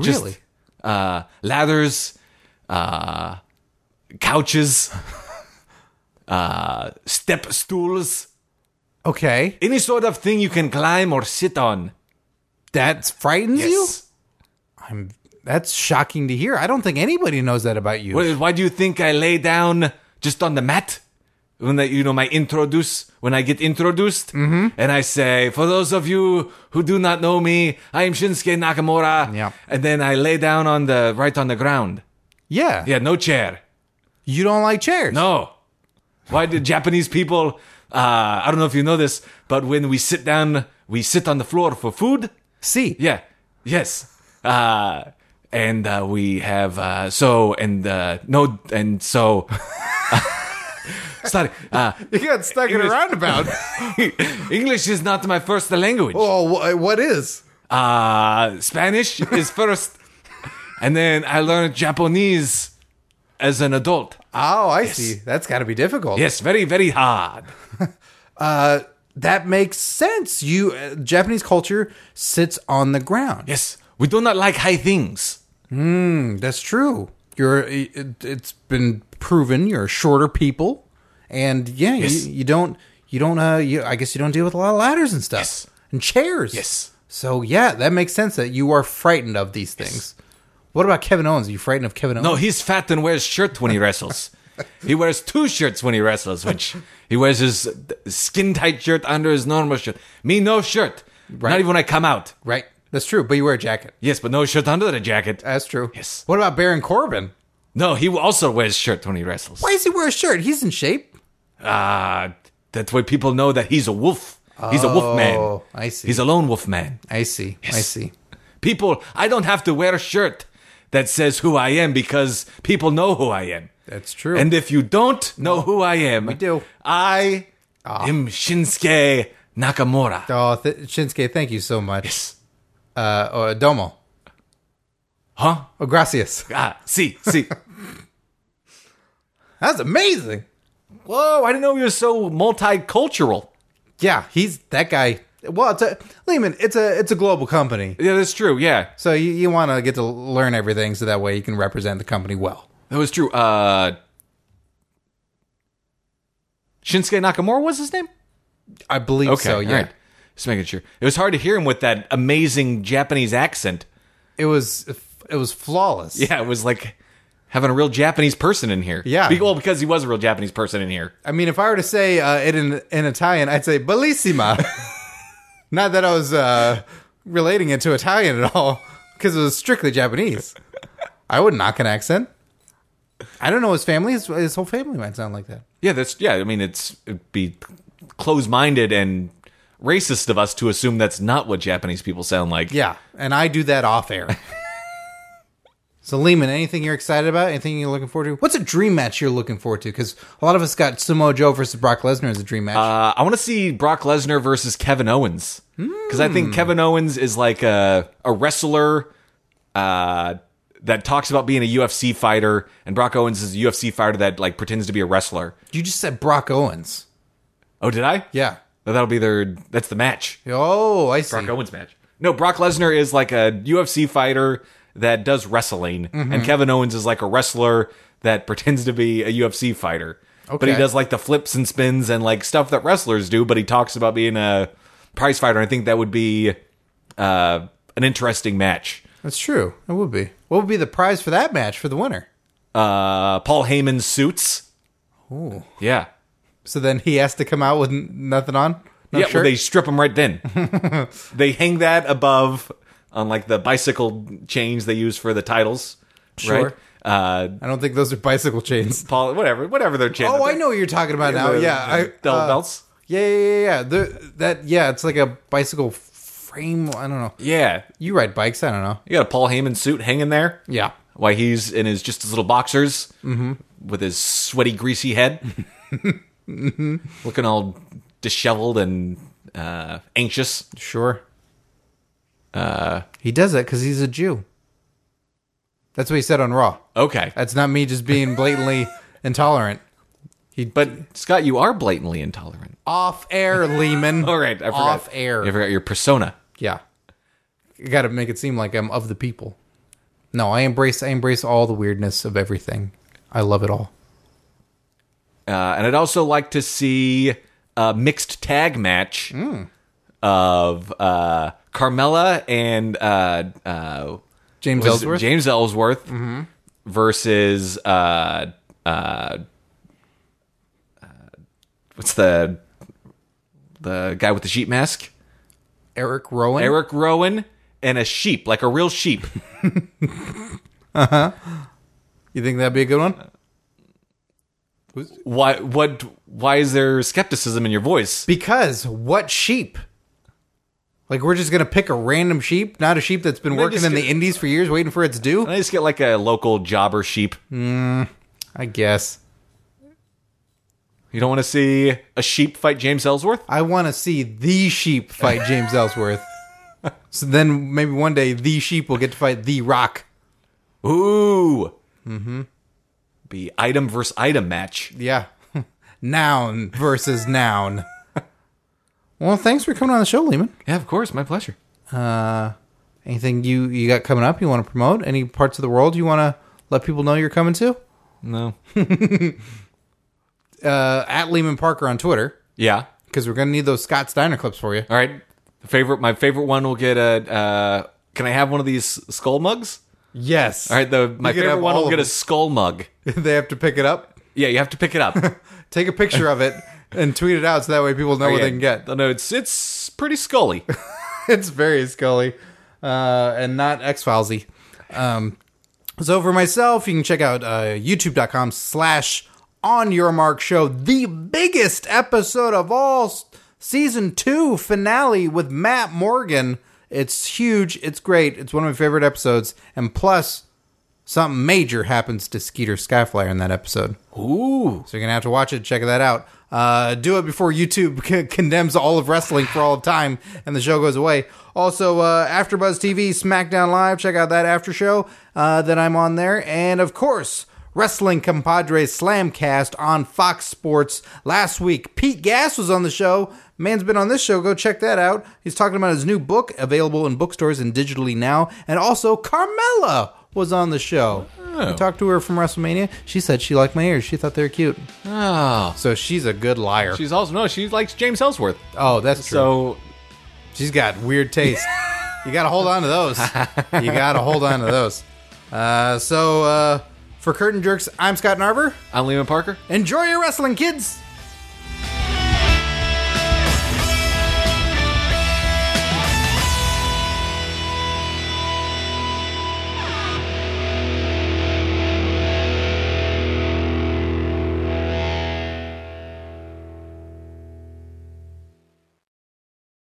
Speaker 2: Just,
Speaker 1: really.
Speaker 2: uh, ladders, uh, couches, uh, step stools,
Speaker 1: Okay.
Speaker 2: any sort of thing you can climb or sit on.
Speaker 1: That frightens you?
Speaker 2: Yes.
Speaker 1: I'm that's shocking to hear. I don't think anybody knows that about you.
Speaker 2: Why, why do you think I lay down just on the mat? When I, you know my introduce, when I get introduced,
Speaker 1: Mm-hmm.
Speaker 2: and I say, for those of you who do not know me, I am Shinsuke Nakamura.
Speaker 1: Yeah.
Speaker 2: And then I lay down on the right on the ground.
Speaker 1: Yeah.
Speaker 2: Yeah, no chair.
Speaker 1: You don't like chairs.
Speaker 2: No. Why did Japanese people? Uh, I don't know if you know this, but when we sit down, we sit on the floor for food.
Speaker 1: See.
Speaker 2: Yeah. Yes. Uh, and uh, we have uh, so and uh, no and so. Sorry. Uh,
Speaker 1: You got stuck in
Speaker 2: English-
Speaker 1: a roundabout.
Speaker 2: English is not my first language.
Speaker 1: oh, wha- what is?
Speaker 2: Uh, Spanish is first, and then I learned Japanese as an adult.
Speaker 1: Oh, I see. That's got to be difficult.
Speaker 2: Yes, very very hard.
Speaker 1: Uh that makes sense. You uh, Japanese culture sits on the ground.
Speaker 2: Yes, we do not like high things.
Speaker 1: That's true. You're uh, it, it's been proven you're a shorter people and yeah,
Speaker 2: Yes.
Speaker 1: you, you don't you don't uh you, I guess you don't deal with a lot of ladders and stuff.
Speaker 2: Yes.
Speaker 1: and chairs.
Speaker 2: Yes.
Speaker 1: So yeah, that makes sense that you are frightened of these things. What about Kevin Owens? Are you frightened of Kevin Owens?
Speaker 2: No, he's fat and wears shirt when he wrestles. he wears two shirts when he wrestles, which he wears his skin tight shirt under his normal shirt. Me, no shirt. Not even when I come out.
Speaker 1: Right. That's true, but you wear a jacket.
Speaker 2: Yes, but no shirt under the jacket.
Speaker 1: That's true.
Speaker 2: Yes.
Speaker 1: What about Baron Corbin?
Speaker 2: No, he also wears shirt when he wrestles.
Speaker 1: Why does he wear a shirt? He's in shape.
Speaker 2: Ah, that way people know that he's a wolf. He's a wolf man.
Speaker 1: Oh, I see.
Speaker 2: He's a lone wolf man.
Speaker 1: I see. I see.
Speaker 2: People, I don't have to wear a shirt that says who I am because people know who I am.
Speaker 1: That's true.
Speaker 2: And if you don't know who I am, we Ah.
Speaker 1: do.
Speaker 2: I am Shinsuke Nakamura.
Speaker 1: oh, th- Shinsuke, thank you so much.
Speaker 2: Yes.
Speaker 1: Uh, oh, domo.
Speaker 2: Huh?
Speaker 1: Oh, gracias.
Speaker 2: Ah, see, see.
Speaker 1: That's amazing.
Speaker 2: Whoa, I didn't know you were so multicultural.
Speaker 1: Yeah, he's that guy. Well, it's a Lehman. It's a it's a global company,
Speaker 2: Yeah, that's true. Yeah,
Speaker 1: so you, you want to get to learn everything, so that way you can represent the company well.
Speaker 2: that was true. Uh, Shinsuke Nakamura was his name?
Speaker 1: I believe
Speaker 2: Okay,
Speaker 1: so.
Speaker 2: all
Speaker 1: Yeah,
Speaker 2: right. Just making sure. It was hard to hear him with that amazing Japanese accent.
Speaker 1: it was it was flawless.
Speaker 2: Yeah, it was like having a real Japanese person in here.
Speaker 1: Yeah.
Speaker 2: Be- Well, because he was a real Japanese person in here.
Speaker 1: I mean, if I were to say uh, it in in Italian, I'd say bellissima. Not that I was uh, relating it to Italian at all, because it was strictly Japanese. I would knock an accent. I don't know his family. His, his whole family might sound like that.
Speaker 2: Yeah, that's yeah. I mean, it's it'd be close-minded and racist of us to assume that's not what Japanese people sound like.
Speaker 1: Yeah, and I do that off air. so Lehman, anything you're excited about? Anything you're looking forward to? What's a dream match you're looking forward to? Because a lot of us got Samoa Joe versus Brock Lesnar as a dream match.
Speaker 2: Uh, I want to see Brock Lesnar versus Kevin Owens because I
Speaker 1: Hmm.
Speaker 2: think Kevin Owens is like a a wrestler uh, that talks about being a UFC fighter, and Brock Owens is a UFC fighter that like pretends to be a wrestler.
Speaker 1: you just said Brock Owens.
Speaker 2: Oh, did I?
Speaker 1: Yeah.
Speaker 2: Oh, that'll be their. That's the match.
Speaker 1: Oh, I see.
Speaker 2: Brock Owens match. No, Brock Lesnar is like a UFC fighter that does wrestling,
Speaker 1: Mm-hmm.
Speaker 2: and Kevin Owens is like a wrestler that pretends to be a UFC fighter. But he
Speaker 1: Okay.
Speaker 2: does like the flips and spins and like stuff that wrestlers do. But he talks about being a prize fighter. I think that would be uh, an interesting match.
Speaker 1: That's true. It would be. What would be the prize for that match for the winner?
Speaker 2: Uh, Paul Heyman suits.
Speaker 1: Ooh.
Speaker 2: Yeah,
Speaker 1: So then he has to come out with n- nothing on. No
Speaker 2: yeah.
Speaker 1: shirt?
Speaker 2: Well, they strip him right then. they hang that above on like the bicycle chains they use for the titles.
Speaker 1: Sure.
Speaker 2: Right? Uh,
Speaker 1: I don't think those are bicycle chains.
Speaker 2: Paul, whatever, whatever their channel.
Speaker 1: Oh, I know what you're talking about now. Yeah, I,
Speaker 2: Bell
Speaker 1: uh,
Speaker 2: belts.
Speaker 1: yeah, yeah, yeah, yeah. The, that yeah, it's like a bicycle frame. I don't know.
Speaker 2: Yeah,
Speaker 1: You ride bikes? I don't know.
Speaker 2: you got a Paul Heyman suit hanging there.
Speaker 1: Yeah.
Speaker 2: Why he's in his just his little boxers
Speaker 1: Mm-hmm.
Speaker 2: with his sweaty, greasy head, looking all disheveled and uh, anxious.
Speaker 1: Sure. Uh, he does that because he's a Jew. That's what he said on Raw.
Speaker 2: Okay,
Speaker 1: That's not me just being blatantly intolerant.
Speaker 2: but Scott, you are blatantly intolerant.
Speaker 1: Off air, Lehman.
Speaker 2: All right, I forgot.
Speaker 1: Off air.
Speaker 2: You forgot your persona.
Speaker 1: Yeah. You got to make it seem like I'm of the people. No, I embrace I embrace all the weirdness of everything. I love it all.
Speaker 2: Uh, and I'd also like to see a mixed tag match
Speaker 1: Mm.
Speaker 2: of uh, Carmella and uh, uh,
Speaker 1: James
Speaker 2: was
Speaker 1: Ellsworth.
Speaker 2: James Ellsworth Mm-hmm. versus uh, uh, uh, what's the the guy with the sheep mask?
Speaker 1: Eric Rowan.
Speaker 2: Eric Rowan and a sheep, like a real sheep.
Speaker 1: You think that'd be a good one?
Speaker 2: why? What? Why is there skepticism in your voice?
Speaker 1: Because what sheep? Like we're just gonna pick a random sheep, not a sheep that's been working
Speaker 2: just
Speaker 1: in the
Speaker 2: get-
Speaker 1: Indies for years, waiting for its due.
Speaker 2: I just get like a local jobber sheep.
Speaker 1: I guess.
Speaker 2: You don't want to see a sheep fight James Ellsworth?
Speaker 1: I want to see the sheep fight James Ellsworth. So then maybe one day the sheep will get to fight the Rock.
Speaker 2: Ooh. Mm-hmm. Be item versus item match.
Speaker 1: Yeah. noun versus noun. Well, thanks for coming on the show, Lehman.
Speaker 2: Yeah, of course. My pleasure.
Speaker 1: Anything you you got coming up you want to promote? Any parts of the world you want to let people know you're coming to?
Speaker 2: No.
Speaker 1: Uh, at Lehman Parker on Twitter
Speaker 2: yeah.
Speaker 1: because we're gonna need those Scott Steiner clips for you.
Speaker 2: All right. Favorite, my favorite one will get a. Uh, can I have one of these skull mugs?
Speaker 1: Yes.
Speaker 2: All right, the my
Speaker 1: can
Speaker 2: favorite
Speaker 1: have
Speaker 2: one
Speaker 1: all
Speaker 2: will
Speaker 1: of
Speaker 2: get a
Speaker 1: them.
Speaker 2: skull mug.
Speaker 1: they have to pick it up,
Speaker 2: Yeah, you have to pick it up.
Speaker 1: take a picture of it, and tweet it out so that way people know what
Speaker 2: yeah.
Speaker 1: they can get.
Speaker 2: oh, No, it's it's pretty scully.
Speaker 1: it's very Scully, uh, and not X Filesy. Um, so for myself, you can check out uh, youtube.com slash on your mark show, the biggest episode of all s- season two finale with Matt Morgan. It's huge. It's great. It's one of my favorite episodes. And plus, something major happens to Skeeter Skyflyer in that episode.
Speaker 2: Ooh.
Speaker 1: So you're gonna have to watch it. Check that out. Uh, do it before YouTube c- condemns all of wrestling for all of time and the show goes away. Also, uh, AfterBuzz TV, SmackDown Live. Check out that after show uh, that I'm on there, and of course, Wrestling Compadres Slamcast on Fox Sports last week. Pete Gass was on the show. Man's been on this show. Go check that out. He's talking about his new book available in bookstores and digitally now, and also Carmella was on the show.
Speaker 2: Oh.
Speaker 1: We talked to her from WrestleMania. She said she liked my ears. She thought they were cute.
Speaker 2: Oh.
Speaker 1: So she's a good liar.
Speaker 2: She's also no, she likes James Ellsworth.
Speaker 1: oh, that's true.
Speaker 2: So
Speaker 1: she's got weird taste. you got to hold on to those. You got to hold on to those. Uh, so uh, for Curtain Jerks, I'm Scott Narver.
Speaker 2: I'm Lehman Parker.
Speaker 1: Enjoy your wrestling, kids.